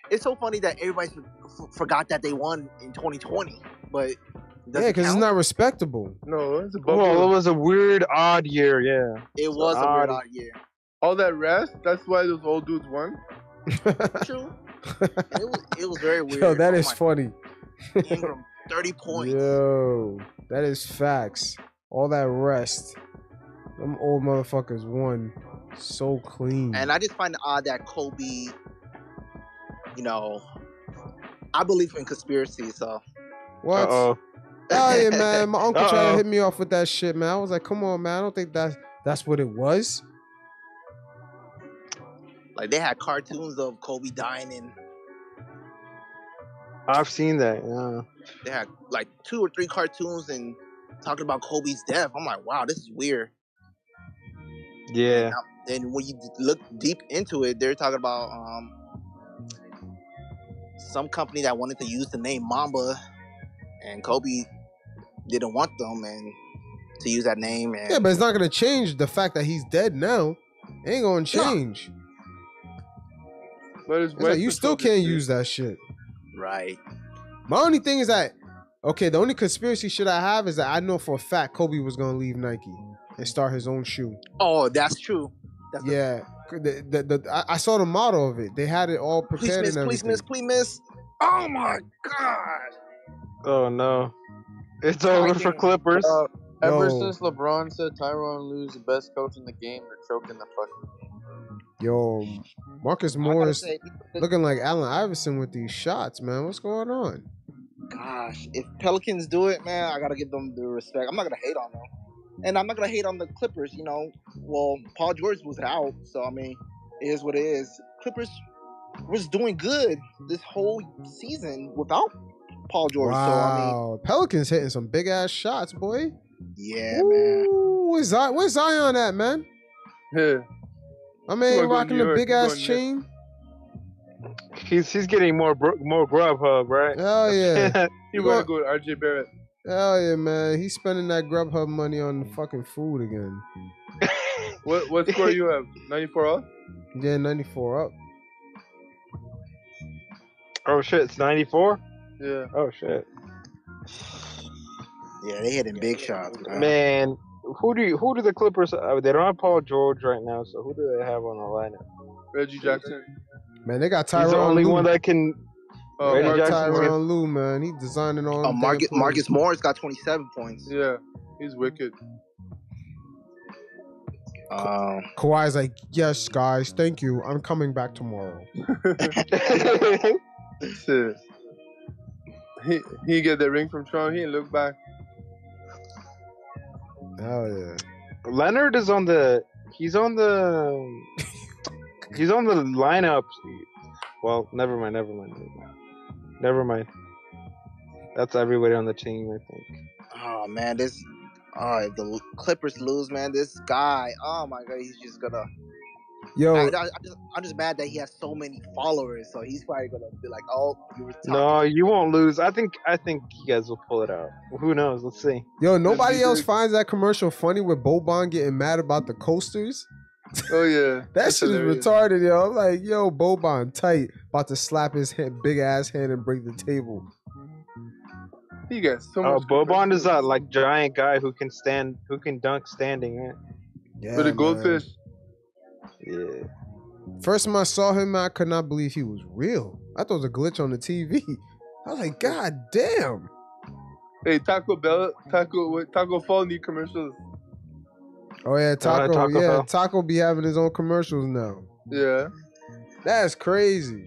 S7: it's so funny that everybody f- forgot that they won in 2020. But does
S1: yeah,
S7: it
S1: because it's
S7: count?
S1: not respectable.
S6: No, it's a bubble.
S3: Well, it was a weird, odd year. Yeah.
S7: It was a weird
S3: Sorry.
S7: odd year.
S6: All that rest, that's why those old dudes won.
S7: True. And it was it was very weird.
S1: Yo, that
S7: Oh
S1: is
S7: my-
S1: funny.
S7: Ingram, 30 points.
S1: Yo, that is facts. All that rest. Them old motherfuckers won so clean.
S7: And I just find it odd that Kobe, you know, I believe in conspiracy, so.
S1: what? Oh
S3: Uh-oh.
S1: yeah, man. My uncle tried to
S3: Uh-oh.
S1: hit me off with that shit, man. I was like, come on, man. I don't think that's that's what it was.
S7: like they had cartoons of Kobe dying and
S3: I've seen that. Yeah.
S7: they had like two or three cartoons and talking about Kobe's death. I'm like, wow, this is weird.
S3: Yeah.
S7: And when you look deep into it, they're talking about um some company that wanted to use the name Mamba and Kobe didn't want them and to use that name and
S1: Yeah, but it's not gonna change the fact that he's dead now. It ain't gonna change.
S6: But it's,
S1: It's like you still can't use that shit.
S7: right.
S1: My only thing is that okay, the only conspiracy shit I have is that I know for a fact Kobe was gonna leave Nike and start his own shoe.
S7: Oh, that's true. That's a-
S1: Yeah, the, the, the, I, I saw the model of it. They had it all
S7: please
S1: prepared
S7: miss,
S1: and
S7: please
S1: everything.
S7: miss, please miss. Oh my god.
S3: Oh no. It's over for
S7: Fucking-
S3: Clippers.
S6: Uh,
S1: ever
S6: ever
S1: Yo. since
S6: since LeBron said Tyron Lose the best coach in the game, they're choking the fucking.
S1: Yo, Marcus
S7: I gotta
S1: Morris
S7: say,
S1: looking like Allen Iverson with these shots, man. What's going on?
S7: gosh, if Pelicans do it, man, I gotta give them the respect. I'm not gonna hate on them, and I'm not gonna hate on the Clippers. You know, well, Paul George was out, so I mean, it is what it is. Clippers was doing good this whole season without Paul George. So I mean,
S1: wow, Pelicans hitting some big ass shots, boy.
S7: yeah, man.
S1: Ooh, where's Zion, where's Zion at, man?
S6: Yeah.
S1: I mean,
S6: He wanna go to
S1: rocking
S6: New
S1: the
S6: York,
S1: big
S6: he
S1: ass
S6: going there.
S1: chain.
S3: He's he's getting more br- more Grubhub, right?
S1: Hell Oh, yeah,
S6: He
S1: You want-
S6: want to go with RJ Barrett.
S1: hell yeah, man. He's spending that Grubhub money on fucking food again.
S6: What what score you have? 94 all?
S1: Yeah, ninety four up.
S3: oh shit! It's 94.
S6: Yeah.
S3: Oh shit.
S7: Yeah, they hitting big shots, man.
S3: Man, who do you, who do the Clippers? Uh, they don't have Paul George right now, so who do they have on the lineup?
S6: Reggie Jackson.
S1: Man, they got Tyron.
S3: He's the only
S1: Lue.
S3: one that can.
S6: Oh,
S1: They
S3: Reggie
S1: got
S6: Marcus
S3: Jackson's
S6: Morris.
S1: Tyron Lue, man. He designing all.
S7: Oh,
S1: them
S7: Marcus,
S1: damn plays.
S7: Marcus Morris got 27 points.
S6: Yeah, he's wicked.
S7: Um,
S1: Kawhi's like, yes, guys, thank you. I'm coming back tomorrow.
S6: Shit. He he get the ring from Toronto. He ain't look back.
S1: Hell yeah.
S3: Leonard is on the. He's on the. He's on the lineup. Well, never mind. Never mind. Never mind. Never mind. That's everybody on the team, I think.
S7: Oh man, this. Oh, if the Clippers lose, man, this guy. Oh my god, he's just gonna
S1: Yo,
S7: I, I, I'm, just, I'm just mad that he has so many followers, so he's probably gonna be like, "Oh, you were talking."
S3: No, you won't lose. I think I think you guys will pull it out. Who knows? Let's see.
S1: yo, nobody
S6: be
S1: else
S6: big.
S1: finds that commercial funny with Bobon getting mad about the coasters.
S6: Oh yeah,
S1: That
S6: That's
S1: shit
S6: hilarious.
S1: is retarded, yo. I'm like, yo, Bobon tight, about to slap his hand, big ass hand and break the table.
S6: He got so
S3: Oh,
S6: much.
S3: Bobon is
S6: commercial.
S3: that like giant guy who can stand, who can dunk standing. Right?
S1: Yeah,
S6: With a
S1: man.
S6: goldfish.
S3: Yeah.
S1: First time I saw him, I could not believe he was real. I thought it was a glitch on the TV. I was like, God damn.
S6: Hey, Taco Bell, Taco, what, Taco Fall need commercials.
S1: Oh yeah, Taco.
S3: Taco
S1: yeah,
S3: Bell.
S1: Taco be having his own commercials now.
S6: Yeah.
S1: That's crazy.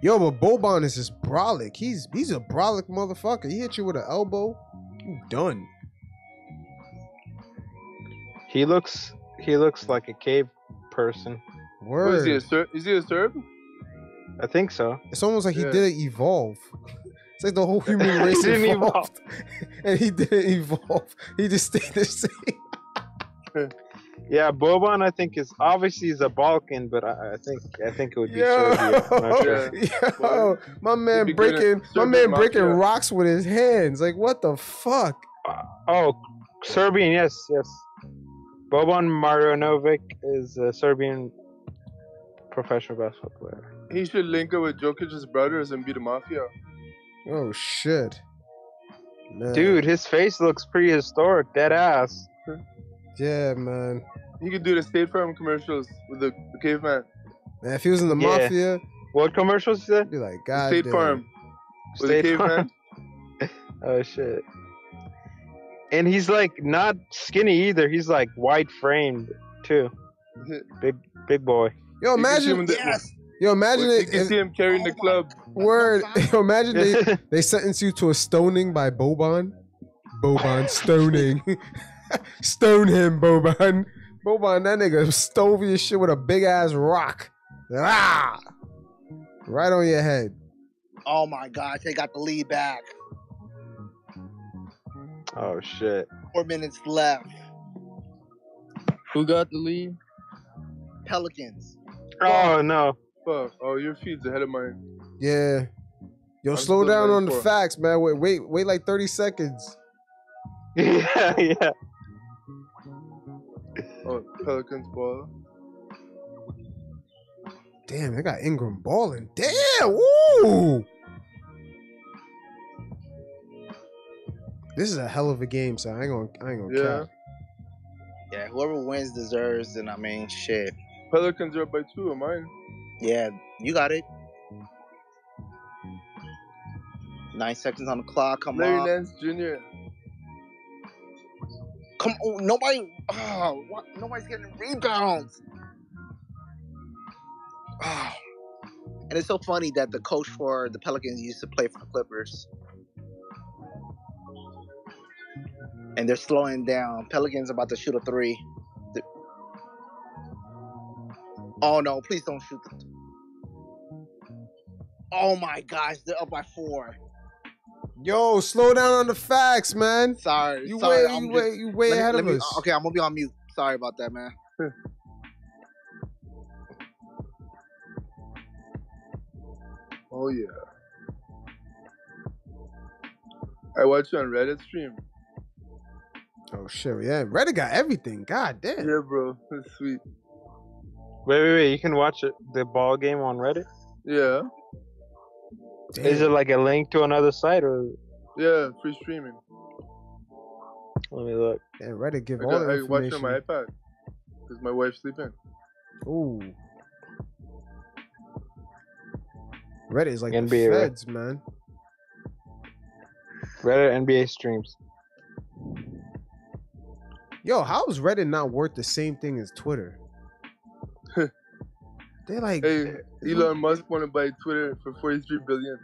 S1: Yo, but Bobon is just brolic. He's he's a brolic motherfucker. He hit you with an elbow, you done.
S3: He looks he looks like a cave person.
S6: What is
S1: Word.
S6: he a Serb? Is he a Serb?
S3: I think so.
S1: It's almost like
S6: Yeah.
S1: he didn't evolve. It's like the whole human
S3: He
S1: race
S3: didn't
S1: evolved, and he didn't evolve. He just stayed the same.
S3: Yeah, Boban I think is obviously he's a Balkan, but I, I think I think it would be Serbia. I'm not sure.
S6: Yeah.
S1: Yo, my man
S6: be good at
S1: breaking, my
S6: Serbian
S1: man breaking
S6: mafia.
S1: rocks with his hands. Like what the fuck?
S3: Oh, Serbian, yes, yes. Boban Marjanovic is a Serbian professional basketball player.
S6: He should link up with Jokic's brothers and be the mafia.
S1: Oh shit, man.
S3: Dude, his face looks prehistoric, dead ass.
S1: Yeah, man.
S6: He could do the State Farm commercials with the, the caveman.
S1: Man, if he was in the
S3: Yeah.
S1: mafia,
S3: What commercials you said?
S1: he'd be like, God
S6: State
S1: damn.
S6: Farm with the
S3: State Farm.
S6: caveman.
S3: Oh shit. And he's like not skinny either. He's like wide framed too. Big big boy.
S1: Yo,
S6: You can see him
S1: imagine.
S6: in the-
S7: Yes,
S1: Yo, imagine
S6: You
S1: it.
S6: can see him carrying the
S7: Oh my
S6: club.
S1: word. Yo, imagine they
S3: Yo,
S1: They sentence you to a stoning by Boban. Boban stoning. Stone him, Boban. Boban, that nigga stove your shit with a big ass rock. Ah! Right on your head.
S7: Oh my gosh, they got the lead back.
S3: oh shit.
S7: Four minutes left.
S9: Who got the lead?
S7: Pelicans.
S3: Oh no.
S6: Fuck. Oh, your feed's ahead of mine.
S1: Yeah. Yo,
S6: I'm
S1: slow
S6: still
S1: down
S6: ready
S1: on the
S6: for it.
S1: facts, man. Wait, wait, wait like 30 seconds.
S3: yeah, yeah.
S6: Oh, Pelicans ball.
S1: Damn, they got Ingram balling. Damn, woo! This is a hell of a game, so I ain't gonna I ain't gonna
S6: Yeah.
S1: cap.
S7: Yeah, whoever wins deserves, and I mean, shit.
S6: Pelicans are up by two of mine.
S7: Yeah, you got it. Nine seconds on the clock. Come
S6: Larry
S7: on,
S6: Nance Jr.
S7: come on. Nobody. Oh, what? Nobody's getting rebounds. Oh. And it's so funny that the coach for the Pelicans used to play for the Clippers. And they're slowing down. Pelicans about to shoot a three. Th- Oh no, please don't shoot. the- Oh my gosh, they're up by four.
S1: Yo, slow down on the facts, man.
S7: Sorry.
S1: You
S7: sorry,
S1: way,
S7: I'm
S1: you
S7: just-
S1: way, you way
S7: let me-
S1: ahead
S7: let
S1: of
S7: me-
S1: us.
S7: Okay, I'm gonna be on mute. Sorry about that, man.
S6: Oh yeah. I watched it on Reddit stream.
S1: Oh shit, yeah. Reddit got everything. God damn.
S6: Yeah, bro. That's sweet.
S3: Wait, wait, wait. You can watch it, the ball game on Reddit.
S6: Yeah.
S1: Damn.
S3: Is it like a link to another site or
S6: Yeah, free streaming.
S3: let me look.
S1: Damn, Reddit give
S6: I,
S1: all
S6: got,
S1: the
S6: I watch it on my
S1: information.
S6: iPad. Because my wife's sleeping.
S1: Ooh. Reddit is like the
S3: NBA, right?
S1: feds, man.
S3: Reddit NBA streams.
S1: Yo, how is Reddit not worth the same thing as Twitter? they like
S6: Hey, Elon Musk want to buy Twitter for 43 billion.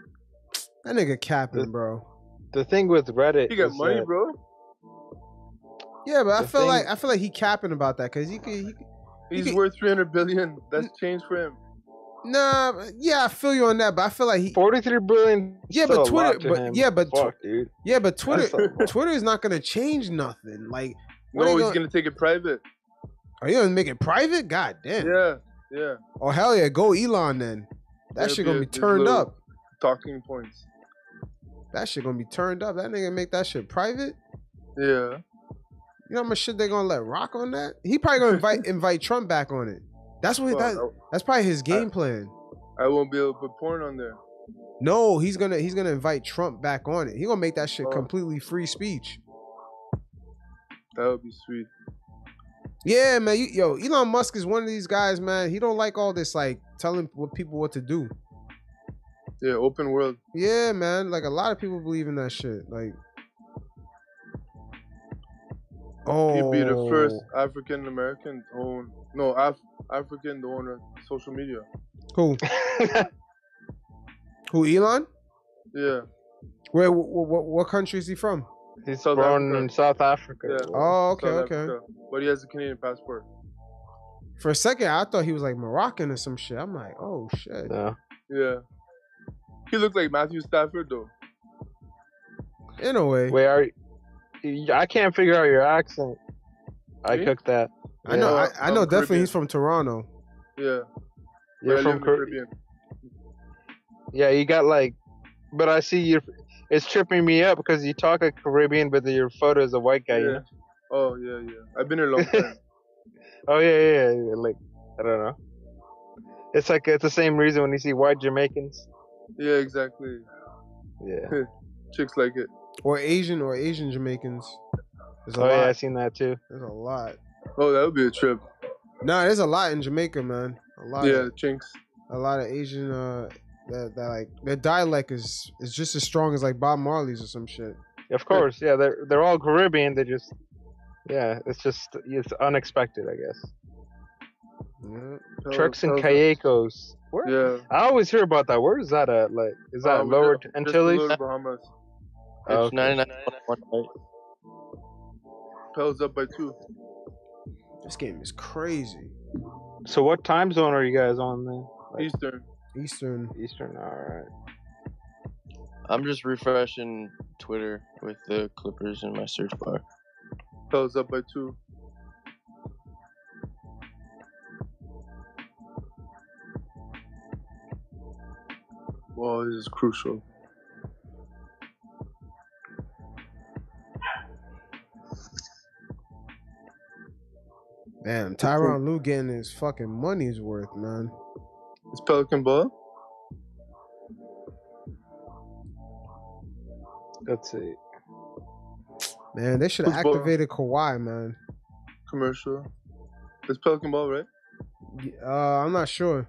S1: that nigga capping, bro.
S3: The thing with Reddit
S6: He got
S3: is
S6: money,
S3: that-
S6: bro.
S1: Yeah, but I
S3: The
S1: feel
S3: thing-
S1: like I feel like he capping about that because he could, he could
S6: He's
S1: can-
S6: worth 300 billion. That's change for him.
S1: nah yeah I feel you on that but I feel like he
S3: 43 billion. is
S1: Yeah, but
S3: still a lot
S1: Twitter-
S3: to
S1: but-
S3: him.
S1: yeah, but tw-
S3: Fuck, dude.
S1: yeah but Twitter
S3: That's a lot.
S1: Twitter is not gonna change nothing like what
S6: No,
S1: they
S6: he's
S1: gonna-
S6: gonna take it private.
S1: Are you gonna make it private? God damn.
S6: Yeah, yeah.
S1: Oh hell yeah, go Elon then. That
S6: That'd
S1: shit gonna
S6: a-
S1: be
S6: these
S1: turned
S6: little
S1: up.
S6: Talking points.
S1: That shit gonna be turned up. That nigga make that shit private.
S6: Yeah.
S1: You know how much shit they gonna let rock on that? He probably gonna invite invite Trump back on it. That's what
S6: Fuck,
S1: that, that's probably his game plan.
S6: I, I won't be able to put porn on there.
S1: No, he's gonna he's gonna invite Trump back on it. He gonna make that shit
S6: Oh.
S1: completely free speech.
S6: That would be sweet.
S1: Yeah, man. You, yo, Elon Musk is one of these guys, man. He don't like all this like telling what people what to do.
S6: Yeah, open world.
S1: Yeah, man. Like a lot of people believe in that shit. Like, oh,
S6: He'd be the first
S3: Oh.
S6: African American to own, no, Af- African to own a social media.
S1: Who? Who? Elon?
S6: Yeah.
S1: Where? What, what, what country is he from?
S6: He's South
S3: Born
S6: Africa.
S3: in South Africa.
S6: Yeah.
S1: Oh, okay,
S6: South
S1: okay.
S6: Africa. But he has a Canadian passport.
S1: For a second, I thought he was like Moroccan or some shit. I'm like, oh shit.
S3: No.
S6: Yeah. He looked like Matthew Stafford though.
S1: In a way,
S3: Wait, are you, I can't figure out your accent. I
S6: Me?
S3: cooked that.
S1: I know.
S6: yeah,
S1: I, I know.
S6: I'm
S1: Definitely,
S6: Caribbean.
S1: he's from Toronto.
S6: Yeah. But
S3: You're
S6: I live
S3: from
S6: in the
S3: Car-
S6: Caribbean.
S3: Yeah, you got like, but I see you. It's tripping me up because you talk like Caribbean, but your photo is a white guy. you
S6: Yeah.
S3: know?
S6: Oh yeah, yeah. I've been here a long time.
S3: Oh yeah, yeah, yeah. Like I don't know. It's like it's the same reason when you see white Jamaicans.
S6: yeah, exactly.
S3: Yeah.
S6: Chicks like it.
S1: Or Asian or Asian Jamaicans. There's a
S3: Oh
S1: lot.
S3: yeah, I seen that too.
S1: There's a lot.
S6: Oh, that would be a trip.
S1: Nah, there's a lot in Jamaica, man. A lot.
S6: yeah,
S1: Of,
S6: chinks.
S1: a lot of Asian. Uh, that, that like their dialect is is just as strong as like Bob Marley's or some shit.
S3: Of course, yeah. They're they're all Caribbean. They just yeah. It's just it's unexpected, I guess.
S1: Yeah.
S6: Tell-
S3: Turks and
S6: tell-
S3: Caicos. Where?
S6: Yeah.
S3: I always hear about that. Where is that at? Like, is that
S6: Um,
S3: Lower
S6: just- just
S3: Antilles?
S6: Lower Bahamas.
S3: Oh,
S7: It's
S3: okay.
S7: 99 one night.
S6: Pels up by two.
S1: This game is crazy.
S3: So what time zone are you guys on then? Like-
S6: Eastern.
S1: Eastern.
S3: Eastern. All right.
S9: I'm just refreshing Twitter with the Clippers in my search bar.
S6: Pels up by two. Wow, this is crucial.
S1: Damn, Tyron Lue getting his fucking money's worth, man.
S6: It's Pelican ball.
S3: Let's see.
S1: Man, they should have
S6: Who's ball?
S1: activated Kawhi, man.
S6: Commercial. It's Pelican ball, right?
S1: Uh, I'm not sure.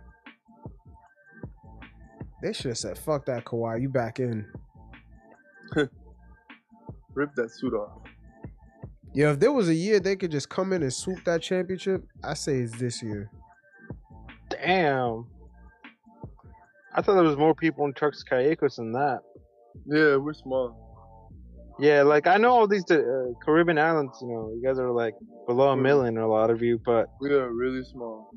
S1: They should have said, "Fuck that, Kawhi, you back in."
S6: Rip that suit off.
S1: Yeah, if there was a year they could just come in and swoop that championship, I say it's this year.
S3: Damn. I thought there was more people in Turks Caicos than that.
S6: Yeah, we're small.
S3: Yeah, like I know all these uh, Caribbean islands. You know, you guys are like below a
S6: Mhm.
S3: million, a lot of you. But
S6: We are really small.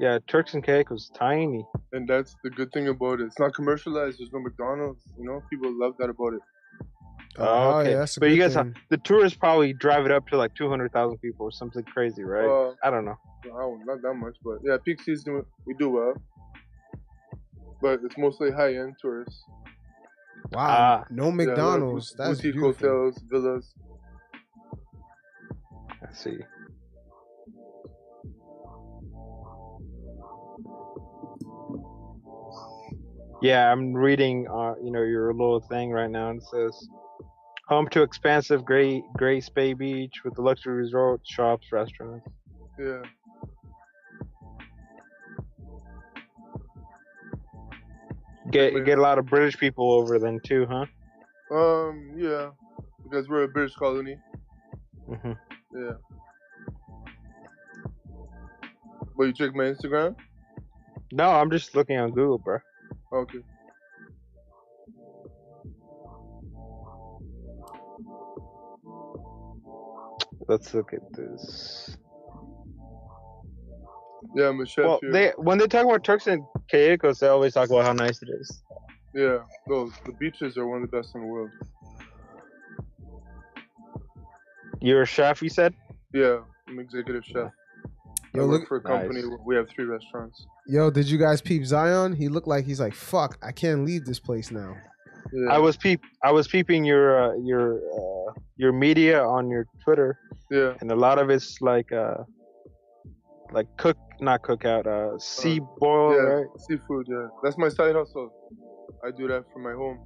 S3: yeah, Turks and Caicos, tiny.
S6: And that's the good thing about it. It's not commercialized. There's no McDonald's. You know, people love that about it.
S1: Oh,
S3: okay.
S1: yeah, that's a
S3: But you
S1: good
S3: guys have-
S1: thing.
S3: The tourists probably drive it up to like two hundred thousand people or something crazy, right?
S6: Uh,
S3: I don't know.
S6: no, not that much, but yeah, peak season we do well. But it's mostly high end tourists.
S1: wow,
S3: Ah.
S1: no
S6: Yeah, a lot of
S1: McDonald's.
S6: bou-
S1: that's
S6: boutique
S1: beautiful.
S6: hotels, villas.
S3: Let's see. Yeah, I'm reading, uh, you know, your little thing right now, and it says, "Home to expansive Gray Grace Bay Beach with the luxury resort, shops, restaurants."
S6: Yeah.
S3: Get you get a lot of British people over then too, huh?
S6: Um. Yeah. Because we're a British colony.
S3: hmm
S6: Yeah. But you check my Instagram?
S3: No, I'm just looking on Google, bro.
S6: Okay.
S3: Let's look at this.
S6: Yeah, I'm a chef
S3: Well,
S6: here.
S3: they when they talk about Turks and Caicos, they always talk about how nice it is.
S6: Yeah. Those the beaches are one of the best in the world.
S3: You're a chef, you said.
S6: Yeah. I'm executive chef. I
S1: Yo,
S6: work
S1: look-
S6: for a company.
S3: Nice.
S6: We have three restaurants.
S1: Yo, did you guys peep Zion? He looked like he's like, fuck, I can't leave this place now.
S6: Yeah.
S3: I was peep. I was peeping your uh, your uh, your media on your Twitter,
S6: yeah.
S3: and a lot of it's like uh like cook not cookout uh sea boil
S6: yeah.
S3: right.
S6: Seafood. Yeah. That's my side hustle. I do that from my home.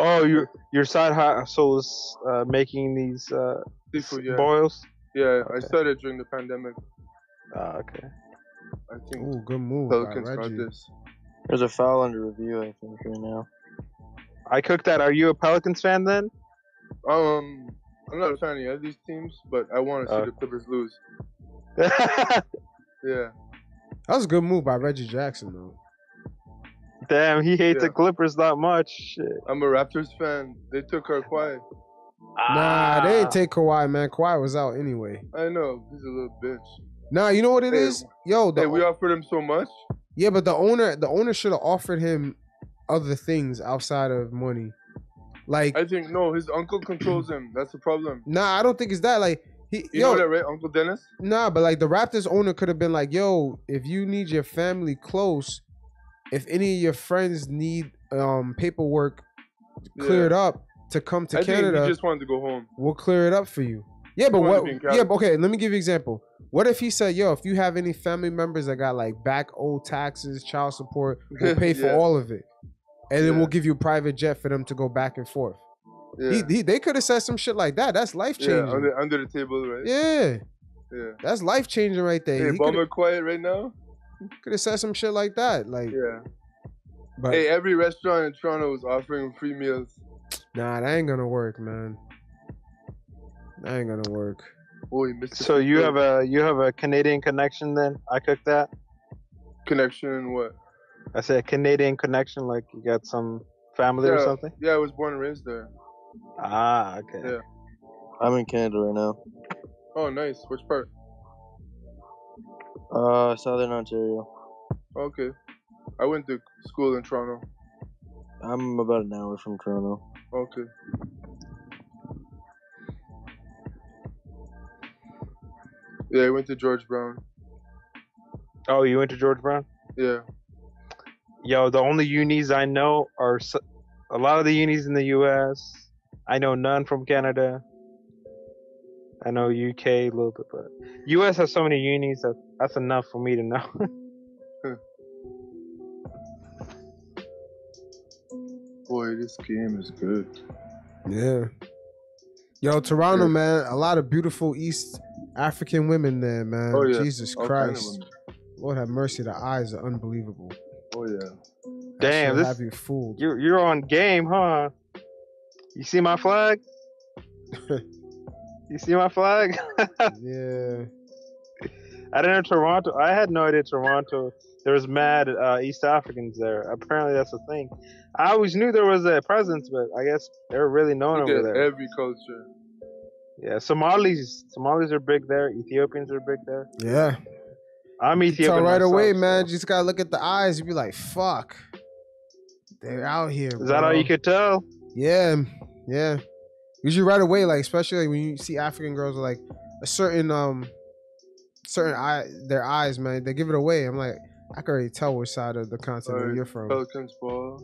S3: Oh, your your side hustles uh, making these uh,
S6: Seafood. Yeah.
S3: boils.
S6: yeah. I
S3: Okay.
S6: started during the pandemic.
S3: Ah, okay.
S6: I think
S1: Ooh, good move. by
S6: Pelicans got
S1: Reggie.
S6: this.
S9: There's a foul under review, I think, right now.
S3: I cooked that. Are you a Pelicans fan then?
S6: Um, I'm not a fan of any of these teams, but I want to see
S3: Uh.
S6: the Clippers lose. Yeah.
S1: That was a good move by Reggie Jackson, though.
S3: Damn, he hates
S6: Yeah.
S3: the Clippers that much. Shit.
S6: I'm a Raptors fan. They took our quiet.
S1: Nah, they
S3: Ah.
S1: didn't take Kawhi, man. Kawhi was out anyway.
S6: I know he's a little bitch.
S1: Nah, you know what it
S6: Hey,
S1: is, yo. The,
S6: Hey, we offered him so much.
S1: yeah, but the owner, the owner should have offered him other things outside of money. Like,
S6: I think no, his uncle controls him. That's the problem.
S1: nah, I don't think it's that. Like, he,
S6: You
S1: yo,
S6: know that, right, Uncle Dennis?
S1: Nah, but like the Raptors owner could have been like, "Yo, if you need your family close, if any of your friends need um paperwork cleared up to come to
S6: I think
S1: Canada,
S6: he just wanted to go home.
S1: we'll clear it up for you." Yeah, but
S6: wanted to
S1: what?
S6: be in
S1: Yeah,
S6: Cali.
S1: but okay. Let me give you an example. What if he said, "Yo, if you have any family members that got like back old taxes, child support, we'll pay for
S6: Yeah.
S1: all of it, and then
S6: Yeah.
S1: we'll give you a private jet for them to go back and forth."
S6: Yeah,
S1: He, he, they could have said some shit like that. That's life
S6: yeah
S1: changing.
S6: under, under the table, right?
S1: yeah,
S6: yeah.
S1: that's life changing right there.
S6: Hey,
S1: He coulda-
S6: Bomber quiet right now.
S1: could have said some shit like that. Like,
S6: Yeah.
S1: but
S6: Hey, every restaurant in Toronto is offering free meals.
S1: nah, that ain't gonna work, man. That ain't gonna work.
S6: Oh, you missed. the
S3: So you
S6: free
S3: have a you have a Canadian connection then? I cooked that.
S6: connection and what?
S3: I said Canadian connection, like you got some family or
S6: Yeah.
S3: something.
S6: Yeah, I was born and raised there.
S3: Ah, okay.
S6: Yeah.
S9: I'm in Canada right now.
S6: Oh, nice. Which part?
S9: Uh, Southern Ontario.
S6: Okay. I went to school in Toronto.
S9: I'm about an hour from Toronto.
S6: Okay. Yeah, I went to George Brown.
S3: Oh, you went to George Brown?
S6: Yeah.
S3: Yo, the only unis I know are s- a lot of the unis in the U.S. I know none from Canada. I know UK a little bit, but U.S. has so many unis that that's enough for me to know.
S6: Boy, this game is good.
S1: Yeah. Yo, Toronto,
S6: Yeah.
S1: man, a lot of beautiful East African women there, man.
S6: Oh, yeah.
S1: Jesus
S6: All kind of
S1: Christ.
S6: women.
S1: Lord have mercy, the eyes are unbelievable.
S6: Oh yeah.
S1: That
S3: Damn,
S1: shit
S3: this-
S1: have you fooled.
S3: You're you're on game, huh? You see my flag? you see my flag?
S1: yeah.
S3: I didn't know Toronto. I had no idea Toronto. There was mad uh, East Africans there. Apparently, that's a thing. I always knew there was a presence, but I guess they're really known
S6: Look
S3: over
S6: at
S3: there.
S6: every culture.
S3: Yeah, Somalis. Somalis are big there. Ethiopians are big there.
S1: Yeah.
S3: I'm
S1: You tell
S3: Ethiopian.
S1: right
S3: myself,
S1: away,
S3: so-
S1: man. Just gotta look at the eyes. You be like, fuck. They're out here.
S3: Is that all you could tell?
S1: Yeah, m- yeah. Usually right away, like especially like, when you see African girls with like a certain um certain eye their eyes, man, they give it away. I'm like, I can already tell which side of the continent
S6: Alright,
S1: you're from.
S6: Pelicans ball.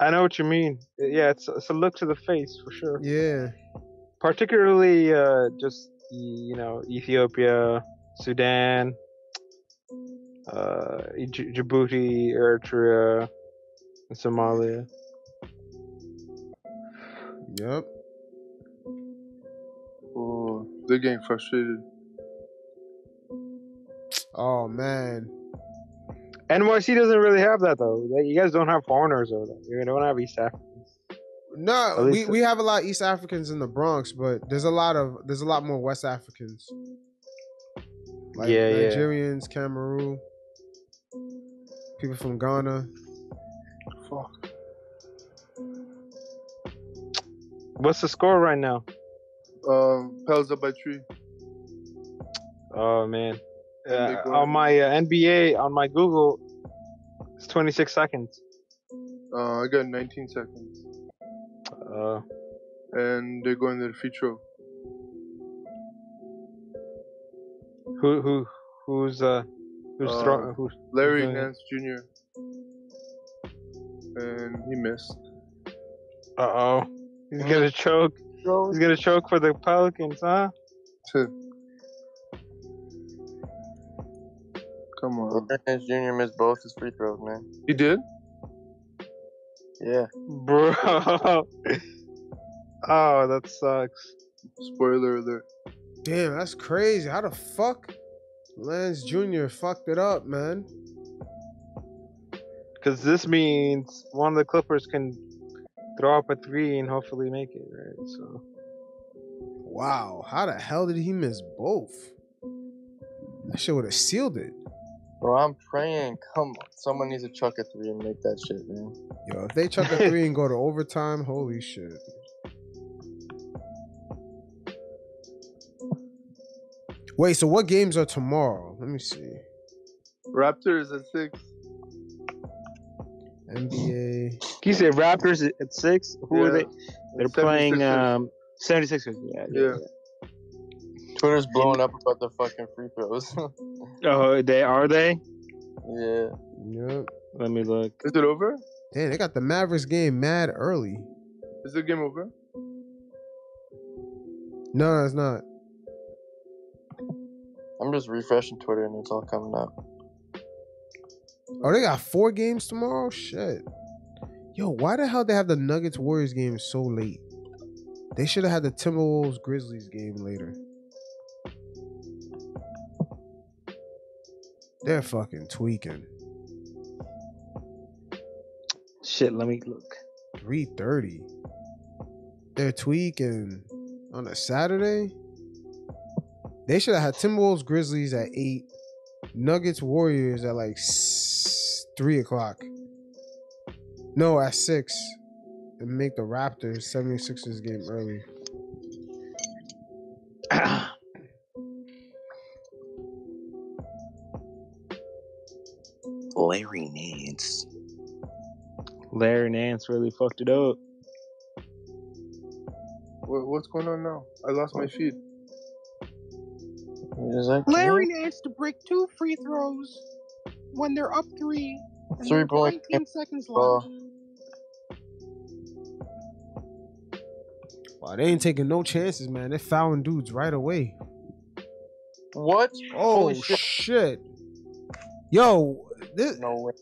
S3: I know what you mean. Yeah, it's it's a look to the face for sure.
S1: Yeah.
S3: particularly uh, just the, you know Ethiopia, Sudan, uh, Dj- Djibouti, Eritrea, and Somalia.
S1: Yep.
S6: Oh, they're getting frustrated.
S1: Oh man.
S3: NYC doesn't really have that though. Like, You guys don't have foreigners over there. You don't have East Africans. At
S1: No, we,
S3: least-
S1: we have a lot of East Africans in the Bronx, but there's a lot of there's a lot more West Africans. Like
S3: Yeah, yeah.
S1: Nigerians, Cameroon, people from Ghana.
S6: Fuck.
S3: What's the score right now?
S6: Um, Pels up by three.
S3: Oh man, uh,
S6: Big one.
S3: on my uh, NBA on my Google, it's 26 seconds.
S6: Uh, I got 19 seconds,
S3: Uh,
S6: and they're going to the free throw.
S3: Who who who's uh who's
S6: Uh,
S3: throwing who's
S6: Larry
S3: doing it?
S6: Nance Jr. And he missed.
S3: Uh oh. He's gonna choke. He's gonna choke for the Pelicans, huh?
S6: Come on.
S9: Lance Jr. missed both his free throws, man.
S6: He did?
S9: Yeah.
S3: Bro. oh, that sucks.
S6: Spoiler alert.
S1: Damn, that's crazy. How the fuck Lance Jr. fucked it up, man?
S3: Cause this means one of the Clippers can throw up a three and hopefully make it, right? So
S1: Wow, how the hell did he miss both? That shit would have sealed it.
S9: Bro, I'm praying. Come on. Someone needs to chuck a three and make that shit, man.
S1: Yo, if they chuck a three and go to overtime, holy shit. Wait, so what games are tomorrow? Let me see.
S6: Raptors at six.
S1: NBA.
S3: Can you say Raptors at- at six? Who are
S6: Yeah.
S3: they? They're playing um 76ers. Yeah.
S6: Yeah.
S9: Twitter's blowing up about the fucking free throws.
S3: yeah. Oh, they are they?
S9: yeah.
S1: Yep.
S3: Let me look.
S6: Is it over?
S1: Damn, they got the Mavericks game mad early.
S6: Is the game over?
S1: No, it's not.
S9: I'm just refreshing Twitter and it's all coming up.
S1: Oh, they got four games tomorrow? Shit. Yo, why the hell they have the Nuggets Warriors game so late? They should have had the Timberwolves Grizzlies game later. They're fucking tweaking.
S3: Shit, let me look.
S1: 330. They're tweaking on a Saturday. They should have had Timberwolves Grizzlies at eight, Nuggets Warriors at like s- three o'clock. No, at six, and make the Raptors 76ers game early.
S2: Larry Nance.
S3: Larry Nance really fucked it up.
S6: What, what's going on now? I lost my feed.
S9: Is that
S2: Larry Nance to break two free throws when they're up three. And
S9: Three
S2: there's
S9: point
S2: 19 seconds left.
S9: Oh,
S1: Wow, they ain't taking no chances, man. They're fouling dudes right away.
S9: what?
S1: Oh
S9: Holy
S1: shit.
S9: shit.
S1: Yo, this,
S9: No way.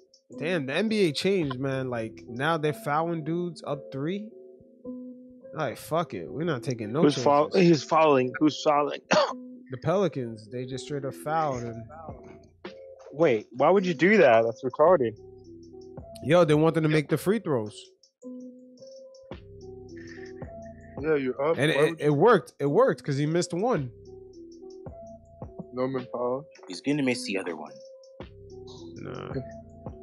S1: Damn, the NBA changed, man. Like now they're fouling dudes up three. Like fuck it, we're not taking no
S3: Who's
S1: chances.
S3: fall? Who's falling? Who's falling?
S1: The Pelicans, they just straight up fouled, and
S3: Wait, why would you do that? That's retarded.
S1: yo, they want them to make the free throws,
S6: Yeah, you're up.
S1: and
S6: Why
S1: it,
S6: would
S1: it worked. It worked because he missed one.
S6: you- Norman Powell.
S2: He's gonna miss the other one.
S1: Nah,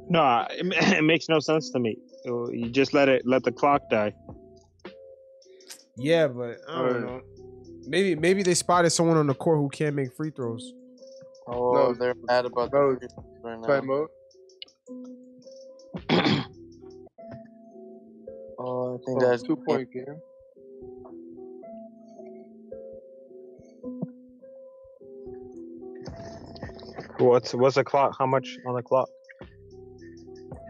S3: No, it, ma- it makes no sense to me. So You just let it let the clock die.
S1: yeah, but I don't
S6: Right.
S1: know. Maybe maybe they spotted someone on the court who can't make free throws.
S9: Oh,
S6: No,
S9: they're mad about
S6: no,
S9: the free throws right now.
S6: Timeout.
S9: Oh, I think
S6: Oh,
S9: that's
S6: two point game.
S3: What's what's the clock? How much on the clock?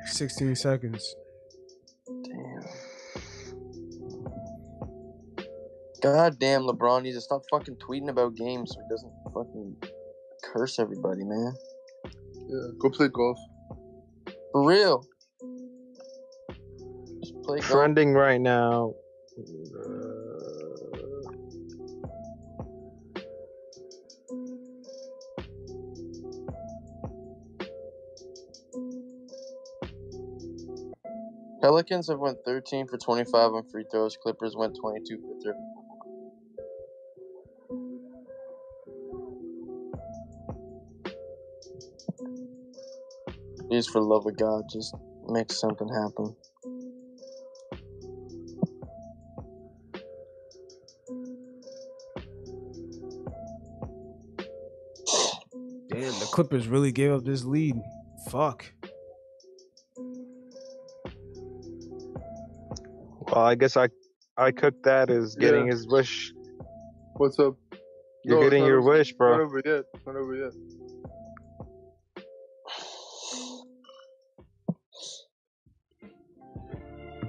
S1: Sixteen seconds.
S9: damn. God damn, LeBron needs to stop fucking tweeting about games so he doesn't fucking curse everybody, man.
S6: Yeah, go play golf.
S9: For real. Just play golf.
S3: Trending right now.
S9: Pelicans have went 13 for 25 on free throws. Clippers went 22 for 30. Please, for love of God, just make something happen.
S1: Damn, the Clippers really gave up this lead. Fuck.
S3: Well, I guess I I cooked that as getting
S6: Yeah.
S3: his wish.
S6: What's up?
S3: You're
S6: No, it's
S3: getting
S6: not
S3: your
S6: over-
S3: wish,
S6: It's not
S3: bro.
S6: over yet. It's not over yet.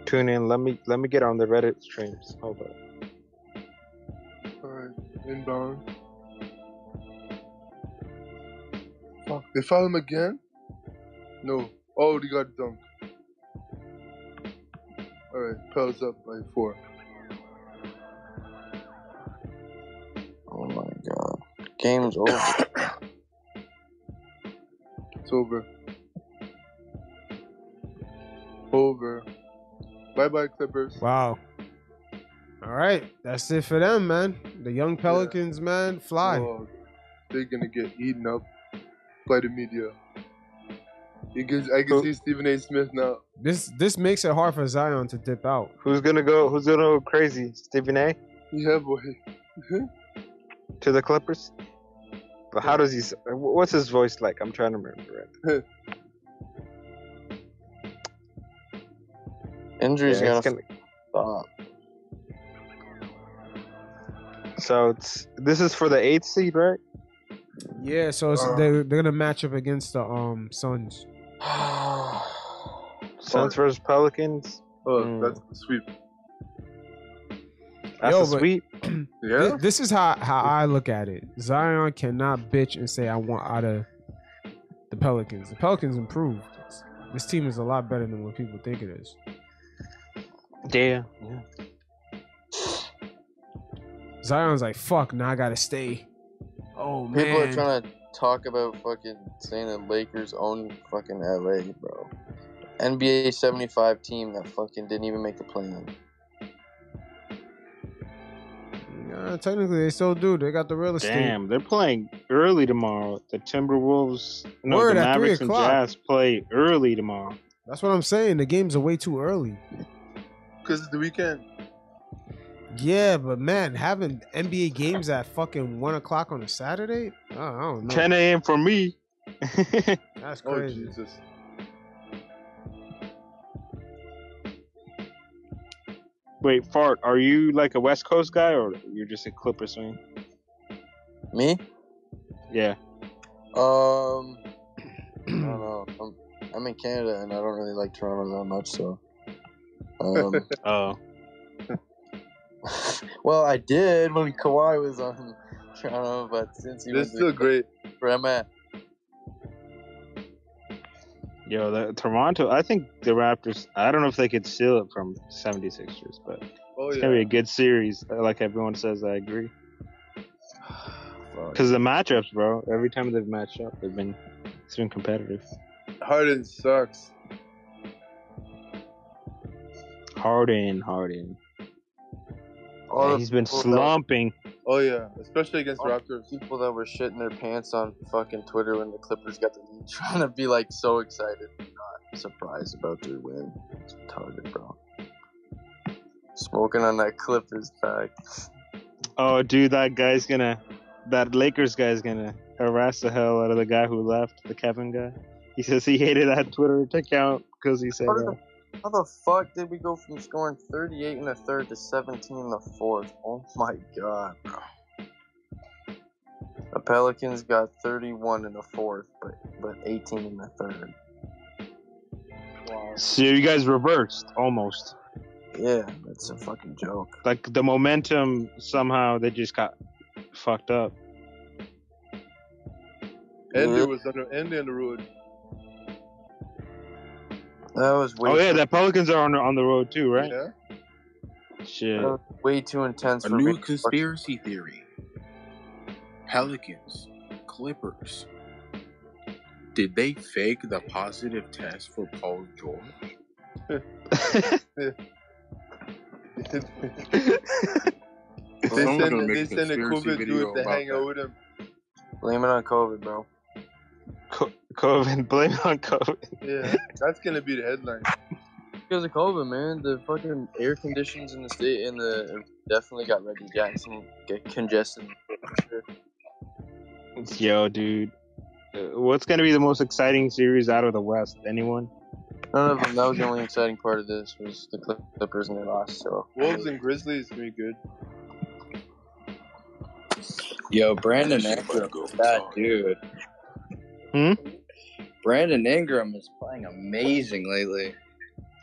S3: Tune in. Let me let me get on the Reddit streams. Hold up.
S6: Alright, inbound. Fuck, they found him again? No. Oh, they got dunked. Alright, Pel's up by four.
S9: Oh my god. Game's over.
S6: It's over. Over. Bye bye, Clippers.
S1: Wow. All right, that's it for them, man. The young Pelicans, man, fly.
S6: Oh, they're gonna get eaten up by the media. You can, I can
S3: Who-
S6: see Stephen A. Smith now.
S1: This this makes it hard for Zion to dip out.
S3: Who's gonna go? Who's gonna go crazy? Stephen A.
S6: Yeah, boy.
S3: to the Clippers. But how does he? s- What's his voice like? I'm trying to remember it.
S9: Injuries
S3: Yeah,
S9: gotta
S3: it's gonna-
S9: stop.
S3: so it's this is for the eighth seed, right?
S1: Yeah, so it's,
S6: Uh.
S1: they're, they're gonna match up against the um Suns.
S3: Suns versus Pelicans.
S6: Oh,
S9: Hmm.
S6: that's the sweep.
S3: That's
S1: Yo,
S3: a
S1: but-
S3: sweep.
S6: Yeah?
S1: Th- this is how how I look at it. Zion cannot bitch and say I want out of the Pelicans. The Pelicans improved. This team is a lot better than what people think it is.
S3: Damn.
S1: Zion's like, fuck, now I gotta stay. Oh man,
S9: People are trying to talk about fucking saying that Lakers own fucking LA, bro. NBA 75 team that fucking didn't even make the plan.
S1: Nah, Uh, technically they still do. They got the real estate.
S3: Damn, they're playing early tomorrow. The Timberwolves, no,
S1: Word,
S3: the
S1: at three
S3: Mavericks and
S1: o'clock.
S3: Jazz play early tomorrow.
S1: That's what I'm saying. The games are way too early.
S6: Because it's the weekend.
S1: Yeah, but man, having NBA games at fucking one o'clock on a Saturday, I I don't know.
S3: 10 a.m. for me.
S1: That's
S6: Oh,
S1: crazy.
S6: Jesus.
S3: Wait, fart. Are you like a West Coast guy, or you're just a Clippers fan?
S9: Me?
S3: Yeah.
S9: Um, I don't know. I'm, I'm in Canada and I don't really like Toronto that much, so. Um,
S3: Oh,
S9: well, I did when Kawhi was on Toronto, but since he
S6: They're
S9: was
S6: still great.
S9: where I'm at,
S3: yo, the, Toronto. I think the Raptors. I don't know if they could steal it from 76ers, but
S6: Oh,
S3: it's
S6: yeah.
S3: gonna be a good series. uh, Like everyone says, I agree.
S9: fuck.
S3: Because the matchups, bro. Every time they've matched up, they've been it's been competitive.
S6: Harden sucks.
S3: Harden, Harden.
S9: all
S3: Yeah,
S9: the
S3: he's been
S9: people that-
S3: slumping.
S6: Oh, yeah. Especially against
S9: Oh.
S6: Raptors.
S9: people that were shitting their pants on fucking Twitter when the Clippers got the lead, trying to be like so excited, and not surprised about their win. It's retarded, bro. Smoking on that Clippers pack.
S3: Oh, dude, that guy's gonna, that Lakers guy's gonna harass the hell out of the guy who left, the Kevin guy. He says he hated that Twitter account because he said,
S9: How did
S3: uh,
S9: the- How the fuck did we go from scoring 38 in the third to 17 in the fourth? Oh my god, bro. The Pelicans got 31 in the fourth, but but 18 in the third.
S3: "So you guys reversed almost."
S9: Yeah, that's a fucking joke.
S3: Like the momentum somehow they just got fucked up.
S6: Andy was on the, Andy on the road.
S9: That was way
S3: oh yeah,
S9: too,
S3: the Pelicans are on on the road too, right?
S6: Yeah?
S3: Shit.
S9: that was way too intense
S2: A
S9: for me.
S2: new conspiracy theory. Pelicans, Clippers. Did they fake the positive test for Paul George?
S6: They
S2: Someone
S6: send,
S2: gonna make
S6: they
S2: a
S6: send a
S2: conspiracy
S6: COVID
S2: video
S6: dude to
S2: about
S6: hang out
S2: that.
S6: with him.
S9: Blame it on COVID, bro.
S3: Co- COVID, blame it on COVID.
S6: Yeah. That's going to be the headline.
S9: Because of COVID, man, the fucking air conditions in the state and the definitely got Reggie Jackson get congested.
S3: Yo, dude. Uh, What's going to be the most exciting series out of the West? Anyone?
S9: None of them. That was the only exciting part of this was the Clippers and they lost. So
S6: Wolves and Grizzlies going to be good.
S10: Yo, Brandon
S11: That shit about to
S10: Ingram,
S11: go
S10: is that
S11: retarded.
S10: dude.
S3: Hmm?
S10: Brandon Ingram is playing amazing lately.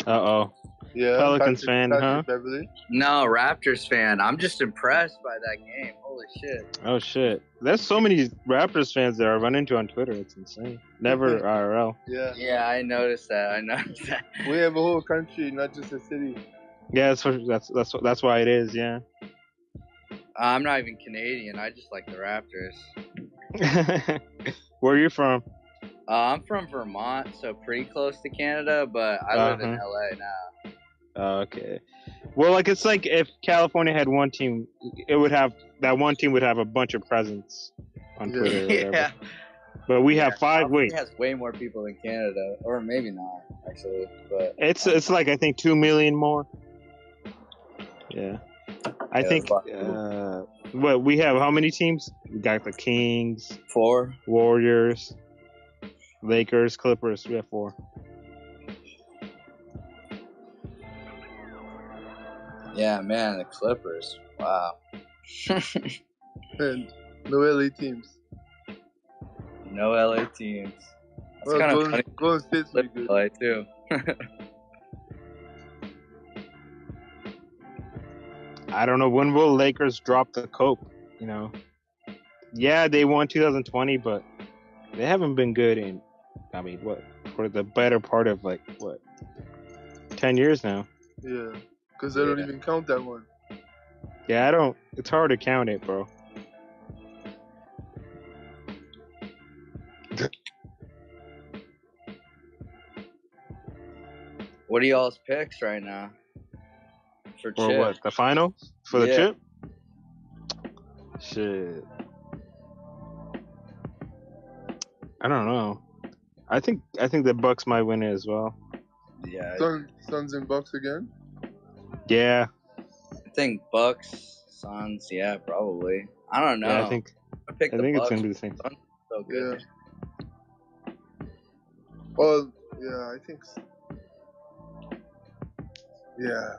S3: Uh oh.
S6: Yeah.
S3: Pelicans fan,
S6: Patrick
S3: huh?
S6: Beverly.
S10: No, Raptors fan. I'm just impressed by that game. Holy shit.
S3: Oh shit. There's so many Raptors fans that I run into on Twitter. It's insane. Never IRL.
S6: Yeah.
S10: Yeah, I noticed that. I noticed that.
S6: We have a whole country, not just a city.
S3: Yeah, that's what, that's that's what- that's why it is. Yeah.
S10: Uh, I'm not even Canadian. I just like the Raptors.
S3: Where are you from?
S10: Uh, I'm from Vermont, so pretty close to Canada, but I live in
S3: Uh-huh.
S10: LA now.
S3: Oh, okay. Well, like it's like if California had one team, it would have that one team would have a bunch of presence on
S6: Yeah.
S3: Twitter. Or whatever.
S10: Yeah.
S3: But we have
S10: Yeah,
S3: five.
S10: Calgary
S3: Wait,
S10: has way more people than Canada, or maybe not actually. But
S3: it's it's like I think two million more. Yeah. I
S10: Yeah,
S3: think.
S10: fuck.
S3: Uh, what we have? How many teams? We got the Kings,
S10: four.
S3: Warriors, Lakers, Clippers. We have four.
S10: Yeah, man, the Clippers. Wow.
S6: And no LA teams.
S10: no LA teams. That's
S6: Well,
S10: kind of
S6: Golden,
S10: funny.
S6: Golden State's pretty
S10: Clippers
S6: good.
S10: LA too.
S3: I don't know when will Lakers drop the cope. You know, yeah, they won 2020, but they haven't been good in. I mean, what for the better part of like what ten years now.
S6: Yeah. Because I don't
S10: Yeah.
S6: even count that one.
S3: Yeah, I don't. It's hard to count it, bro.
S10: What are y'all's picks right now? For
S3: Or
S10: chip.
S3: what the final for the
S10: Yeah.
S3: chip? Shit, I don't know. I think I think the Bucks might win it as well.
S10: Yeah,
S6: Sun, Suns and Bucks again?
S3: Yeah,
S10: I think Bucks, Suns. Yeah, probably. I don't know.
S3: yeah. I think
S10: I pick
S3: I
S10: the
S3: think it's
S10: Bucks.
S3: gonna be the same.
S10: so
S6: Yeah.
S10: good.
S6: Oh, yeah, I think. s- Yeah.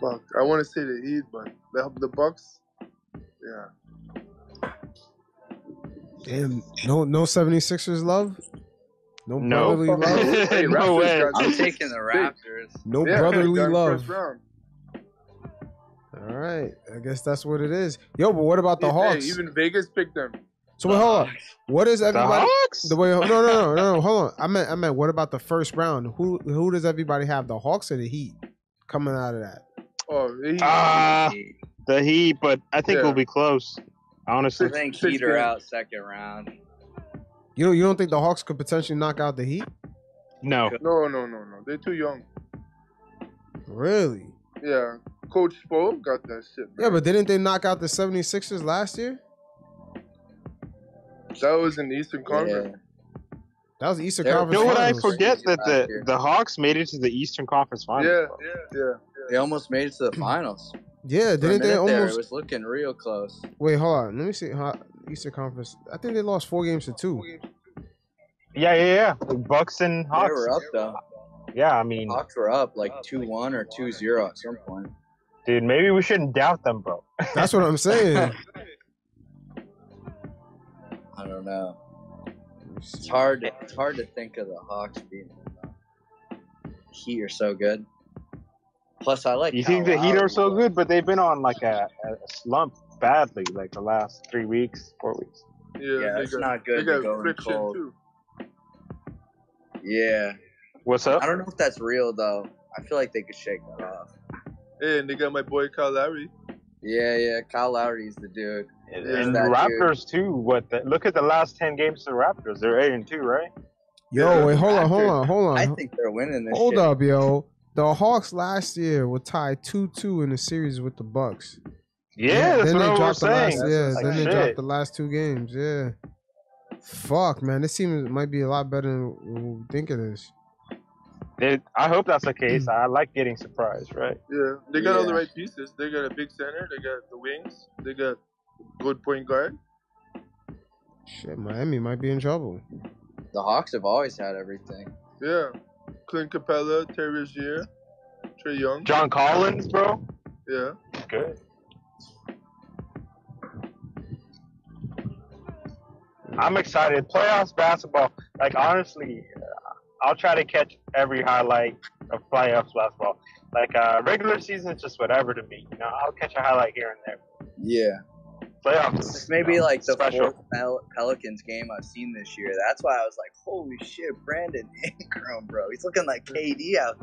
S6: Fuck, I want to say the Heat, but the the Bucks. Yeah.
S1: Damn, no, no 76ers love. No
S3: No.
S1: brotherly love.
S6: Hey,
S3: no
S6: Raptors
S3: way.
S6: got-
S10: I'm taking the Raptors.
S1: No
S6: Yeah,
S1: brotherly
S6: got in
S1: love.
S6: First round.
S1: All right, I guess that's what it is. Yo, but what about the
S6: Hey,
S1: Hawks?
S6: even Vegas picked them.
S1: so wait, hold on. What is
S3: The
S1: everybody?
S3: Hawks?
S1: The way no no no no no, hold on. I meant I meant what about the first round? Who who does everybody have? The Hawks or the Heat coming out of that?
S6: Oh, the Heat.
S3: Ah, the Heat, but I think
S6: Yeah.
S3: we'll be close.
S10: I
S3: Honestly,
S10: think
S6: six
S10: Heat are
S6: games.
S10: out second round.
S1: You don't, you don't think the Hawks could potentially knock out the Heat?
S3: no.
S6: no, no, no, no. They're too young.
S1: Really?
S6: Yeah. Coach Spo got that shit.
S1: Yeah,
S6: Man.
S1: but didn't they knock out the 76ers last year?
S6: that was in the Eastern Conference.
S1: That was the Eastern
S10: They're-
S1: Conference.
S3: You know what I
S1: Finals.
S3: forget that
S10: Last
S3: the
S10: year.
S3: the Hawks made it to the Eastern Conference
S6: Yeah,
S3: Finals.
S6: yeah,
S3: bro.
S6: yeah.
S10: They almost made it to the finals.
S1: Yeah,
S10: For a
S1: didn't
S10: minute
S1: they
S10: there,
S1: almost?
S10: it was looking real close.
S1: Wait, hold on. Let me see. Huh, Eastern Conference. I think they lost four games to two.
S3: Yeah, yeah, yeah. Bucks and
S10: They
S3: Hawks.
S10: were up though.
S3: Yeah, I mean,
S10: Hawks were up like two one or two zero at some point.
S3: dude, maybe we shouldn't doubt them, bro.
S1: That's what I'm saying.
S10: I don't know. It's hard. It's hard to think of the Hawks beating them. Though. Heat are so good. Plus, I like.
S3: You
S10: Kyle
S3: think the Heat are
S10: Lowry,
S3: so
S10: but-
S3: good, but they've been on like a, a slump badly, like the last three weeks, four weeks.
S6: Yeah,
S10: Yeah,
S6: they
S10: it's
S6: got,
S10: not
S6: they
S10: good to
S6: got
S10: go in
S6: friction
S10: cold.
S6: too.
S10: Yeah,
S3: What's up?
S10: I don't know if that's real though. I feel like they could shake that off.
S6: Hey, and they got my boy Kyle Lowry.
S10: Yeah, yeah. Kyle Lowry's the dude.
S3: And
S6: Yeah.
S3: and the
S10: That dude.
S3: Raptors too. What? The, look at the last ten games of the Raptors. They're eight and two, right?
S1: Yo, wait, hold on, hold on, hold on.
S10: I think they're winning this.
S1: Hold
S10: shit.
S1: up, yo. The Hawks last year were tied two two in the series with the Bucks.
S3: Yeah, that's
S1: then
S3: what
S1: they
S3: I was
S1: dropped the last
S3: saying.
S1: yeah,
S10: That's
S1: then they
S3: shit.
S1: dropped the last two games. Yeah. Fuck, man, this team might be a lot better than we think it is.
S3: It- I hope that's the
S1: Mm.
S3: case. I like getting surprised, right?
S6: Yeah, they got all the
S10: Yeah.
S6: right pieces. They got a big center. They got the wings. They got good point guard.
S1: Shit, Miami might be in trouble.
S10: The Hawks have always had everything.
S6: Yeah, Clint Capella, Terry Rozier, Trey Young.
S3: John Collins, bro.
S6: Yeah,
S3: Good. I'm excited. Playoffs basketball. Like honestly, uh, I'll try to catch every highlight of playoffs basketball. Like uh, regular season is just whatever to me. You know, I'll catch a highlight here and there.
S10: Yeah.
S3: Playoffs.
S10: Maybe
S3: you know,
S10: like the
S3: special.
S10: fourth Pel- Pelicans game I've seen this year. That's why I was like, holy shit, Brandon Ingram, bro. He's looking like KD out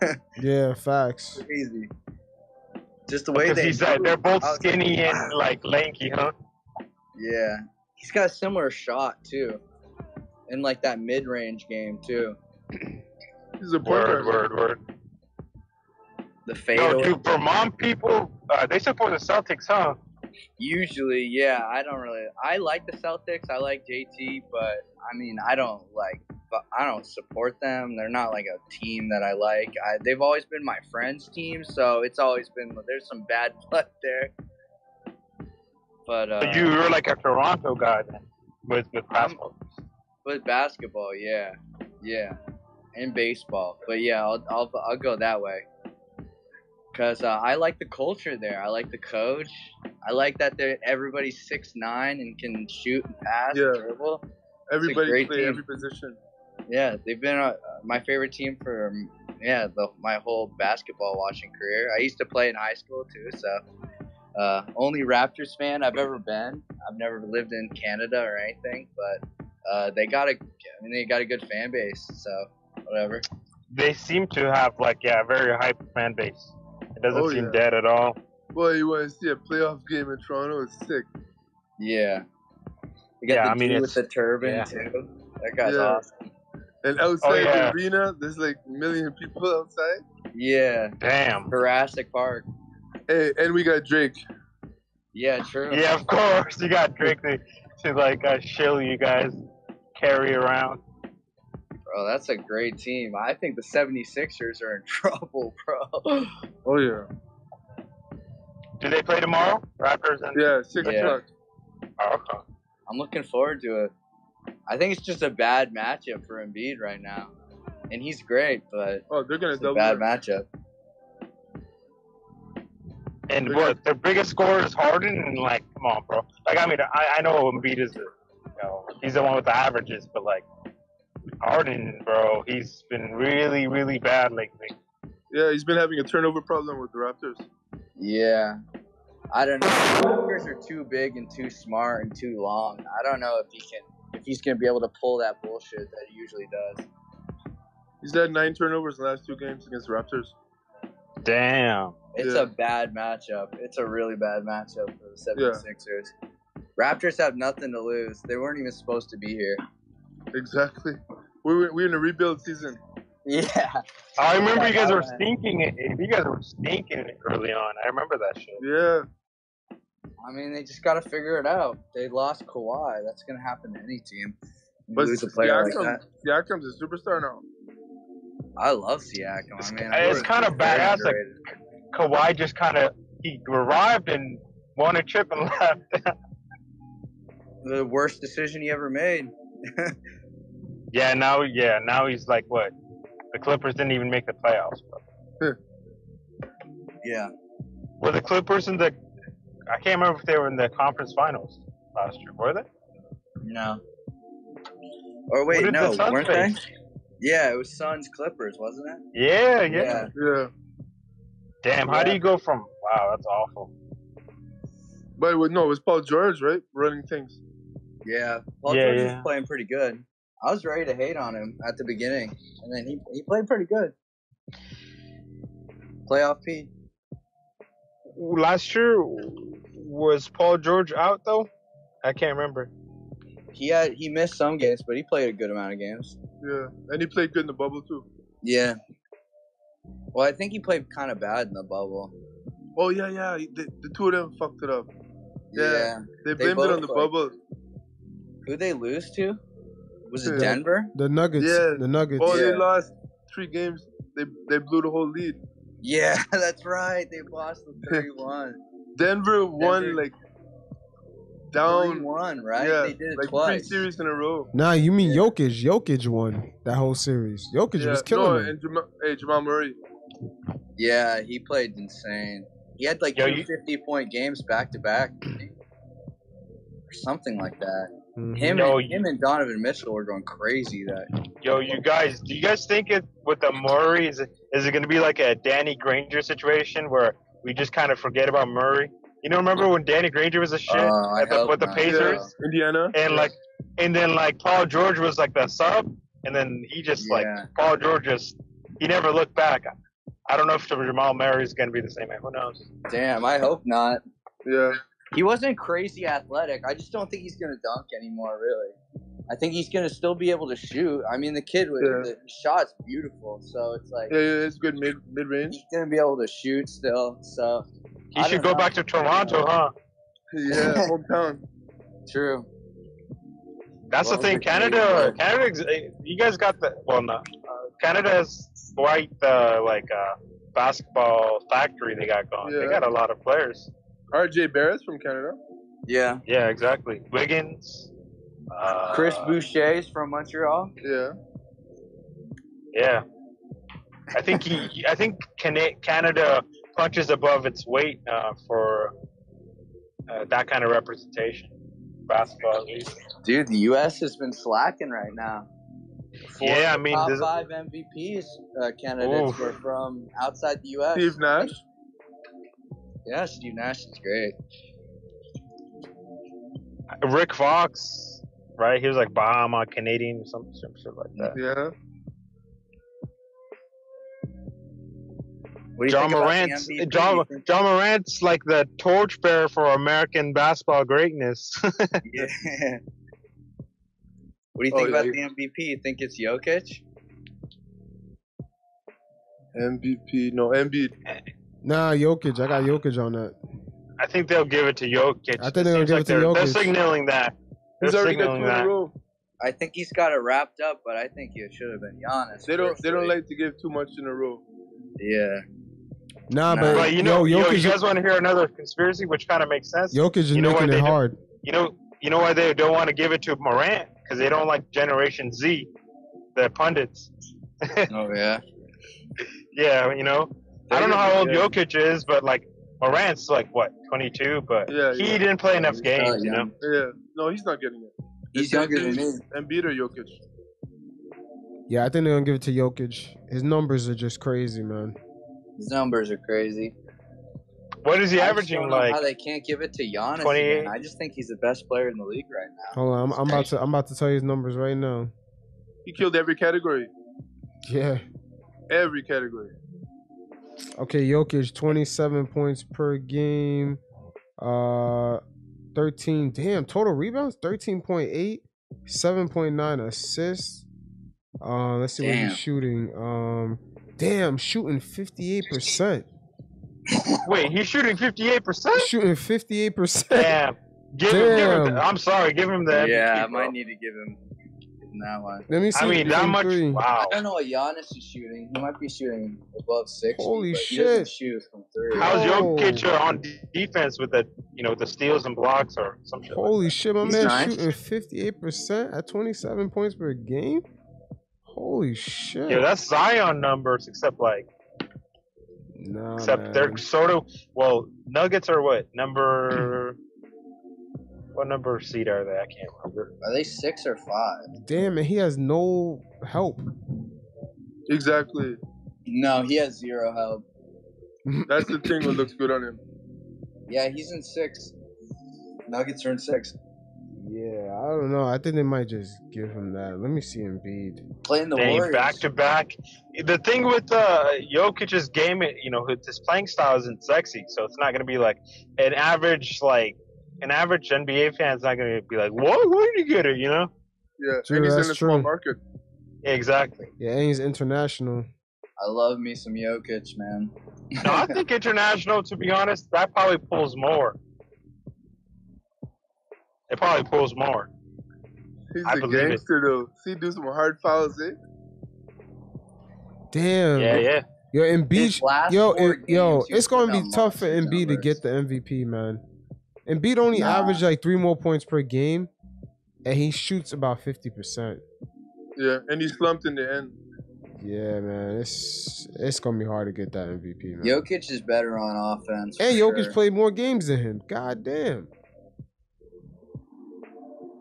S10: there.
S1: Yeah, facts.
S10: Crazy. Just the way
S3: Because
S10: they.
S3: he's, uh, they're both
S10: I was
S3: skinny and,
S10: wow.
S3: like, lanky, huh?
S10: Yeah. He's got a similar shot, too. In like that mid range game, too.
S6: He's a point
S3: Word,
S6: guard.
S3: word, word.
S10: The
S3: Yo,
S10: fadeaway.
S3: do Vermont people? Uh, they support the Celtics, huh?
S10: Usually, yeah, I don't really. I like the Celtics. I like JT, but I mean, I don't like. But I don't support them. They're not like a team that I like. I, they've always been my friends' team, so it's always been. There's some bad blood there. But uh,
S3: So you were like a Toronto guy then, with with basketball.
S10: But basketball, yeah, yeah, and baseball. But yeah, I'll I'll, I'll go that way. Cause uh, I like the culture there. I like the coach. I like that they're everybody's six nine and can shoot and pass.
S6: Yeah.
S10: and dribble.
S6: Everybody
S10: great
S6: play
S10: team.
S6: every position.
S10: Yeah, they've been uh, my favorite team for um, yeah the, my whole basketball watching career. I used to play in high school too, so uh, only Raptors fan I've ever been. I've never lived in Canada or anything, but uh, they got a I mean they got a good fan base, so whatever.
S3: They seem to have like yeah, a very hype fan base. It doesn't
S6: Oh,
S3: seem
S6: yeah.
S3: dead at all.
S6: Boy, you want to see a playoff game in Toronto? It's sick.
S10: Yeah, we got
S3: Yeah,
S10: the
S3: I mean,
S10: dude with
S3: it's-
S10: the turban
S3: yeah. Oh,
S10: too. That guy's
S6: Yeah.
S10: awesome.
S6: And outside the
S3: yeah.
S6: arena, there's like a million people outside.
S10: Yeah,
S3: Damn.
S10: Jurassic Park.
S6: Hey, and we got Drake.
S10: Yeah, true.
S3: Yeah, of course you got Drake to, to like uh, shill you guys carry around.
S10: Bro, that's a great team. I think the 76ers are in trouble, bro.
S6: Oh yeah.
S3: Do they play tomorrow? Raptors and
S6: Yeah, six
S10: Yeah.
S6: o'clock.
S3: Oh, okay.
S10: I'm looking forward to it. I think it's just a bad matchup for Embiid right now. And he's great, but
S6: Oh, they're gonna
S10: it's a
S6: double.
S10: bad
S6: it.
S10: matchup.
S3: And what? Their biggest scorer is Harden, and like, come on, bro. Like, I mean, I, I know Embiid is, the, you know, he's the one with the averages, but like, Harden, bro, he's been really, really bad lately.
S6: Yeah, he's been having a turnover problem with the Raptors.
S10: Yeah. I don't know. The Warriors are too big and too smart and too long. I don't know if he can if he's gonna be able to pull that bullshit that he usually does.
S6: He's had nine turnovers in the last two games against the Raptors.
S3: Damn.
S10: It's
S6: Yeah.
S10: a bad matchup. It's a really bad matchup for the
S6: Yeah.
S10: 76ers. Raptors have nothing to lose. They weren't even supposed to be here.
S6: Exactly. We were, we're in a rebuild season.
S10: Yeah.
S3: I remember you guys were stinking. it- You guys were stinking it early on. I remember that shit.
S6: Yeah.
S10: I mean, they just got to figure it out. They lost Kawhi. That's going to happen to any team. You
S6: But
S10: lose a player like that.
S6: Siakam, Siakam's a superstar now.
S10: I love Siakam. I mean, I
S3: It's
S10: love
S3: kinda
S10: him. Very
S3: badass, like-
S10: underrated.
S3: Kawhi just kind of he arrived and won a trip and left.
S10: the worst decision he ever made.
S3: yeah, now yeah, now he's like what? The Clippers didn't even make the playoffs. Bro.
S10: Yeah.
S3: Were the Clippers in the? I can't remember if they were in the conference finals last year. Were they?
S10: No. Or
S3: What
S10: wait,
S3: did
S10: no,
S3: the Suns
S10: weren't they?
S3: face?
S10: Yeah, it was Suns Clippers, wasn't it?
S3: Yeah, yeah.
S6: Yeah.
S3: Damn, how do you go from? Wow, that's awful.
S6: But it was, no, it was Paul George, right? Running things.
S10: Yeah. Paul
S3: Yeah,
S10: George
S3: yeah.
S10: was playing pretty good. I was ready to hate on him at the beginning, and then he he played pretty good. Playoff P.
S3: Last year was Paul George out though? I can't remember.
S10: He had he missed some games, but he played a good amount of games.
S6: Yeah. And he played good in the bubble too.
S10: Yeah. Well, I think he played kind of bad in the bubble.
S6: Oh yeah, yeah. he- The, the two of them fucked it up.
S10: Yeah.
S6: Yeah. They blamed it
S10: both
S6: on the
S10: played.
S6: bubble.
S10: Who they lose to? Was it
S6: Yeah.
S10: Denver?
S1: The Nuggets.
S6: Yeah.
S1: The Nuggets.
S6: Oh, they
S10: Yeah.
S6: lost three games. They they blew the whole lead.
S10: Yeah, that's right. They lost the three-one.
S6: Denver won
S10: Denver-
S6: like down.
S10: Three-one, right?
S6: Yeah,
S10: they did it
S6: like three
S10: twice.
S6: series in a row.
S1: Nah, you mean Jokic? Jokic won that whole series. Jokic
S6: yeah,
S1: was killing
S6: no,
S1: them.
S6: and Jamal, hey, Jamal Murray.
S10: Yeah, he played insane. He had like
S3: Yo,
S10: two
S3: you-
S10: fifty-point games back to back, didn't he? or something like that.
S3: Mm-hmm.
S10: Him,
S3: Yo,
S10: and, him and Donovan Mitchell were going crazy that.
S3: Yo, you guys, do you guys think it with the Murray is it, is it going to be like a Danny Granger situation where we just kind of forget about Murray? You know, remember when Danny Granger was a shit
S10: Oh, I
S3: at the,
S10: hope
S3: with the
S10: not.
S3: Pacers,
S6: Indiana.
S3: and like, and then like Paul George was like the sub, and then he just like
S10: Yeah.
S3: Paul George just he never looked back. I don't know if Jamal Murray is going to be the same man. Who knows?
S10: Damn, I hope not.
S6: Yeah.
S10: He wasn't crazy athletic. I just don't think he's gonna dunk anymore. Really, I think he's gonna still be able to shoot. I mean, the kid with
S6: Yeah.
S10: the shot's beautiful, so it's like
S6: Yeah, yeah, it's good mid mid range.
S10: he's gonna be able to shoot still. So
S3: He
S10: I
S3: should
S10: don't
S3: go
S10: know.
S3: back to Toronto, huh?
S6: Yeah, hometown.
S10: True.
S3: That's
S9: Well,
S3: the thing.
S9: it's pretty
S3: Canada,
S9: good.
S3: Canada, ex- eh, you guys got the well, no. Uh, Canada's quite the like uh, basketball factory they got going. They
S6: Yeah.
S3: got a lot of players.
S6: R.J. Barrett's from Canada.
S10: Yeah.
S3: Yeah, exactly. Wiggins, uh,
S10: Chris Boucher's from Montreal.
S6: Yeah.
S3: Yeah, I think he. I think Cana- Canada punches above its weight uh, for uh, that kind of representation. Basketball, at least.
S10: Dude, the U.S. has been slacking right now. Four
S3: Yeah, I
S10: of the
S3: mean,
S10: top
S3: this-
S10: five MVPs uh, candidates
S3: Oof.
S10: were from outside the U.S.
S6: Steve Nash.
S10: Yeah, Steve Nash is great.
S3: Rick Fox, right? He was like Bahama Canadian or some, some shit like that.
S6: Yeah.
S10: What do you
S3: John
S10: think about the
S3: Morant's
S10: MVP?
S3: John,
S10: You think-
S3: John Morant's like the torchbearer for American basketball greatness.
S10: Yeah. What do you
S6: Oh,
S10: think
S6: yeah,
S10: about
S6: you-
S10: the MVP? You think it's Jokic?
S6: MVP. No, Embiid.
S1: Nah, Jokic. I got Jokic on that.
S3: I think they'll give it to Jokic.
S1: I think they're gonna
S3: Seems
S1: give
S3: like
S1: it to
S3: they're, they're
S1: Jokic.
S3: signaling that. They're
S6: He's already got
S3: signaling
S6: two in a
S3: that.
S6: row.
S10: I think he's got it wrapped up, but I think it should have been Giannis.
S6: They don't. They don't
S10: personally.
S6: like to give too much in a row.
S10: Yeah.
S1: Nah,
S10: Nah.
S1: but,
S3: But you know,
S1: yo,
S3: yo, you
S1: Jokic,
S3: guys want to hear another conspiracy, which kind of makes sense.
S1: Jokic is
S3: you know why
S1: making
S3: they
S1: it
S3: do-
S1: hard.
S3: You know, you know why they don't want to give it to Morant because they don't like Generation Z, the pundits.
S10: Oh yeah.
S3: Yeah, you know, I don't know how old
S6: Yeah.
S3: Jokic is, but like Morant's like what 22, but
S6: Yeah,
S3: he
S6: yeah.
S3: didn't play enough
S10: He's
S3: games.
S10: not
S3: You
S10: young.
S3: know,
S6: Yeah. No, he's not getting it.
S10: He's younger than me.
S6: Embiid or Jokic.
S1: Yeah, I think they're gonna give it to Jokic. His numbers are just crazy, man.
S10: His numbers are crazy.
S3: what is he
S10: I just
S3: averaging
S10: don't know
S3: like?
S10: How they can't give it to Giannis?
S3: 28.
S10: man. I just think he's the best player in the league right now.
S1: Hold on, I'm, I'm about to I'm about to tell you his numbers right now.
S6: He killed every category.
S1: Yeah.
S6: Every category.
S1: Okay, Jokic, 27 points per game. Uh 13. Damn, total rebounds 13.8, 7.9 assists. Uh let's see what
S10: Damn.
S1: he's shooting. Um damn, shooting 58%.
S3: Wait, he's shooting 58 percent.
S1: He's shooting 58%.
S3: Damn. Give him, give him the,
S1: Damn.
S3: I'm sorry, give him the MVP.
S10: yeah, I
S3: bro.
S10: might need to give him, give him that one.
S1: Let me see.
S3: I mean, that
S1: from
S3: much.
S1: three.
S3: Wow.
S10: I don't know what Giannis is shooting. He might be shooting above six.
S1: Holy
S10: but He
S1: shit.
S10: doesn't shoot from three.
S3: How's
S1: Yo.
S3: Jokic on d- defense with the, you know, with the steals and blocks or some shit? like
S1: Holy shit, my
S10: He's
S1: man
S10: nice.
S1: shooting 58% at 27 points per game? Holy shit.
S3: that? Yo, that's Zion numbers, except like,
S1: nah,
S3: except
S1: man.
S3: they're sort of. Well, Nuggets are what number? what number seed are they? I can't remember.
S10: Are they six or five?
S1: Damn, and he has no help.
S6: Exactly.
S10: No, he has zero help.
S6: That's the thing. What looks good on him.
S10: Yeah, he's in six. Nuggets are in six.
S1: Yeah, I don't know. I think they might just give him that. Let me see Embiid.
S10: Playing the
S3: They
S10: Warriors.
S3: back to back. The thing with uh, Jokic's game, you know, his playing style isn't sexy, so it's not going to be like an average like an average NBA fan's not going to be like, "What? Where did you get it?" You know?
S6: Yeah.
S1: True,
S6: and he's in
S1: that's
S6: a small
S1: true.
S6: market.
S3: Exactly.
S1: Yeah, and he's international.
S10: I love me some Jokic, man.
S3: No, I think international. To be honest, that probably pulls more. It probably pulls more.
S6: He's
S3: I
S6: a
S3: believe it.
S6: gangster though. See, do some hard fouls, eh?
S1: Damn.
S3: Yeah, yeah.
S1: Yo, Embiid.
S10: His last
S1: Yo,
S10: four
S1: it- yo,
S10: games, he
S1: it's
S10: put
S1: gonna be
S10: down
S1: tough for
S10: monster
S1: Embiid to
S10: numbers.
S1: get the MVP, man. Embiid only
S10: Nah.
S1: averaged like three more points per game, and he shoots about fifty percent.
S6: Yeah. And he slumped in the end.
S1: Yeah, man, it's it's gonna be hard to get that MVP, man.
S10: Jokic is better on offense. for
S1: and Jokic
S10: sure.
S1: played more games than him. God damn.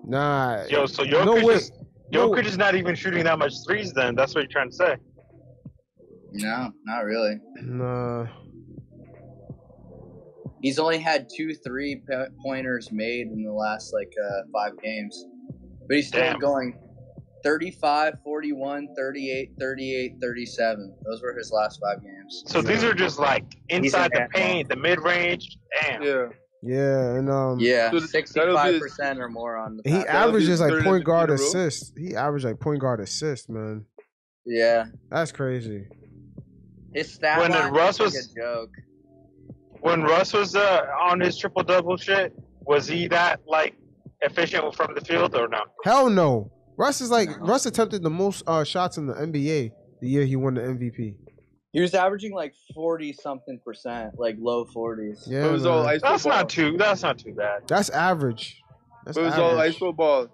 S1: Nah.
S3: Yo, so Jokic,
S1: no way.
S3: is, Jokic is not even shooting that much threes. Then that's what you're trying to say.
S10: No, not really.
S1: Nah.
S10: He's only had two three po- pointers made in the last like uh, five games, but he's still
S3: Damn.
S10: going 35, 41, 38, 38, 37. Those were his last five games.
S3: So these are just like
S10: He's
S3: inside
S10: an
S3: the paint, the mid range. Damn.
S6: Yeah.
S1: Yeah, and um.
S10: Yeah,
S6: So th- that'll be
S10: sixty-five
S6: his-
S10: percent or more on. The
S1: He
S10: pass.
S1: averages like
S6: third
S1: point
S6: MVP in
S1: guard
S6: a row?
S1: assist. He averaged like point guard assist, man.
S10: Yeah,
S1: That's crazy.
S10: his stat
S3: When
S10: line
S3: the
S10: is
S3: Russ
S10: like
S3: was-
S10: a joke.
S3: When Russ was uh, on his triple double shit, was he that like efficient from the field or no?
S1: Hell no. Russ is like Russ attempted the most uh, shots in the NBA the year he won the MVP.
S10: He was averaging like forty something percent, like low forties.
S1: Yeah,
S6: It was all
S1: man.
S6: ice
S3: That's
S6: football.
S3: not too. That's not too bad.
S1: that's average. That's
S6: It was all
S1: average.
S6: ice football.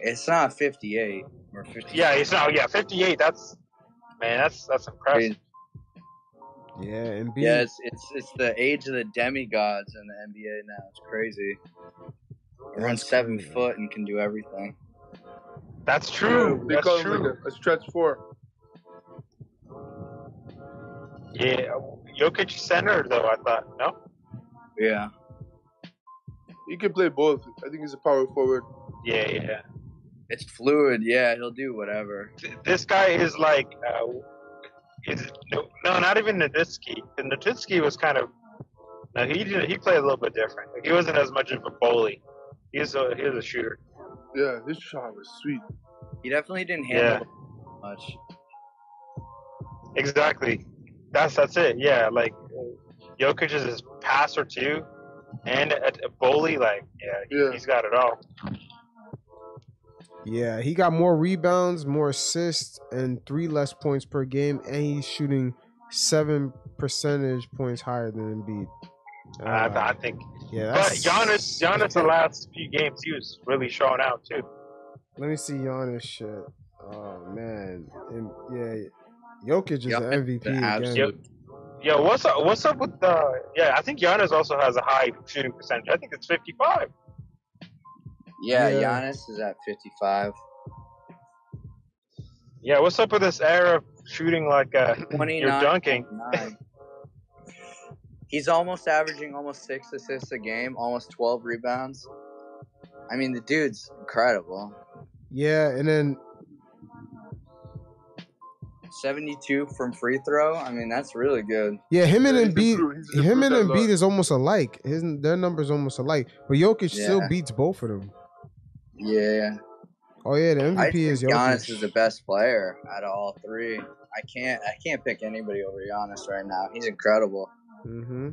S10: It's not fifty-eight or fifty.
S3: Yeah, he's not. Yeah, 58. That's man. That's that's impressive.
S1: yeah, and B.
S10: Yeah, it's, it's it's the age of the demigods in the NBA now. It's crazy. Everyone's
S1: That's
S10: seven
S1: crazy.
S10: foot and can do everything.
S3: That's true.
S6: They
S3: that's
S6: call him
S3: true.
S6: like a, a stretch four.
S3: Yeah, Jokic center though. I thought no.
S10: Yeah.
S6: He can play both. I think he's a power forward.
S3: Yeah, yeah.
S10: It's fluid. Yeah, he'll do whatever.
S3: Th- This guy is like. Uh, is no, no, not even Nowitzki. And Nowitzki was kind of. No, he did, he played a little bit different. He wasn't as much of a bully. He was a he was a shooter.
S6: Yeah, his shot was sweet.
S10: He definitely didn't
S3: Yeah.
S10: handle much.
S3: Exactly. That's that's it. Yeah, like Jokic is his passer too, and a, a bully. Like yeah, he,
S6: Yeah.
S3: he's got it all.
S1: Yeah, he got more rebounds, more assists, and three less points per game, and he's shooting seven percentage points higher than Embiid.
S3: I,
S10: Ah.
S1: Uh,
S3: I think
S1: yeah,
S3: But
S1: that's,
S3: Giannis, Giannis, the last few games, he was really showing out too.
S1: Let me see Giannis shit. Oh man, and yeah, Jokic is
S10: Yeah,
S1: an MVP
S10: The
S1: again.
S10: absolute.
S3: Yo, what's up? What's up with the? Yeah, I think Giannis also has a high shooting percentage. I think it's fifty-five.
S10: Yeah,
S1: Yeah.
S10: Giannis is at fifty-five.
S3: Yeah, what's up with this era of shooting like uh, you're
S10: 29.
S3: dunking?
S10: Nine. He's almost averaging almost six assists a game, almost twelve rebounds. I mean, the dude's incredible.
S1: Yeah, and then
S10: Seventy-two from free throw. I mean, that's really good.
S1: yeah, him and
S6: Yeah, he's improved- he's
S1: Embiid, him
S6: improved
S1: and
S6: that uh,
S1: Embiid
S6: lot.
S1: is almost alike. His their numbers almost alike, but Jokic still
S10: Yeah.
S1: beats both of them.
S10: Yeah,
S1: Oh yeah, the
S10: I
S1: MVP
S10: think
S1: is Jokic.
S10: Giannis is the best player out of all three. I can't, I can't pick anybody over Giannis right now. He's incredible.
S1: hmm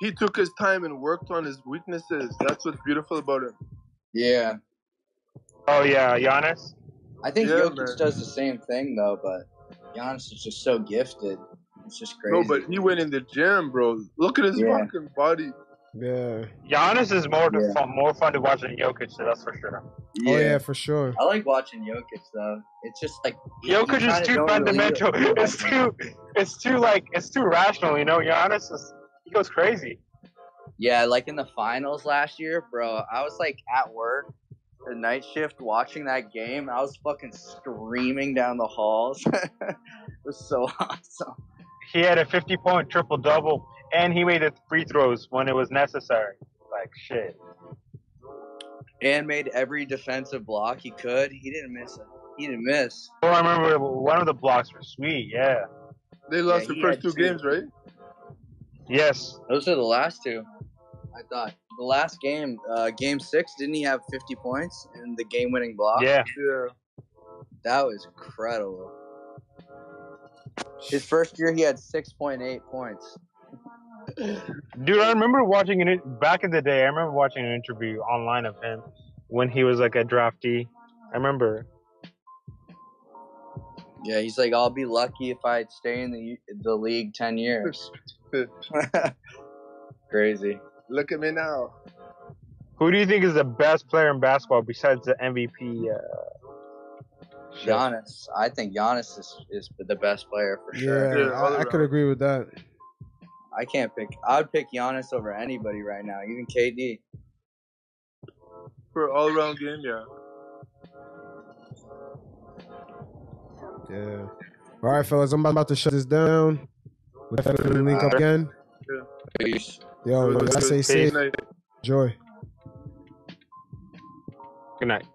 S6: He took his time and worked on his weaknesses. That's what's beautiful about him.
S10: Yeah,
S3: Oh yeah, Giannis.
S10: I think
S6: Yeah,
S10: Jokic
S6: man.
S10: does the same thing though, but Giannis is just so gifted. It's just crazy.
S6: No, but he went in the gym, bro. Look at his
S10: Yeah.
S6: fucking body.
S1: Yeah.
S3: Giannis is more to
S10: Yeah.
S3: fun, more fun to watch than Jokic. So that's for sure.
S1: Oh yeah, for sure.
S10: I like watching Jokic though. It's just like you- you
S3: Jokic
S10: kinda
S3: is too
S10: don't really
S3: fundamental.
S10: get it.
S3: It's too, it's too like, it's too rational. You know, Giannis is he goes crazy.
S10: Yeah, like in the finals last year, bro. I was like at work, the night shift, watching that game. I was fucking screaming down the halls. it was so awesome.
S3: He had a fifty-point triple double, and he made the free throws when it was necessary. Like shit.
S10: And made every defensive block he could. He didn't miss it. He didn't miss.
S3: Oh, I remember one of the blocks were sweet. Yeah.
S6: They lost
S10: he
S6: the first
S10: had
S6: two
S10: two.
S6: games, right?
S3: Yes.
S10: Those are the last two. I thought the last game, uh, game six, didn't he have 50 points and the game-winning block?
S3: Yeah.
S6: Yeah.
S10: that was incredible. His first year, he had 6.8 points.
S3: Dude, I remember watching an in- back in the day. I remember watching an interview online of him when he was like a draftee. I remember.
S10: Yeah, he's like, I'll be lucky if I stay in the the league ten years. Crazy.
S6: Look at me now.
S3: Who do you think is the best player in basketball besides the MVP? Uh, shit?
S10: Giannis, I think Giannis is, is the best player for sure.
S1: Yeah,
S6: Yeah, uh, all
S1: I, I could
S6: around.
S1: agree with that.
S10: I can't pick. I would pick Giannis over anybody right now, even KD. for all around game, yeah.
S1: Yeah. All right, fellas, I'm about to shut this down. We'll definitely link up again.
S6: Peace.
S1: Yo, I say safe. Enjoy.
S3: Good night.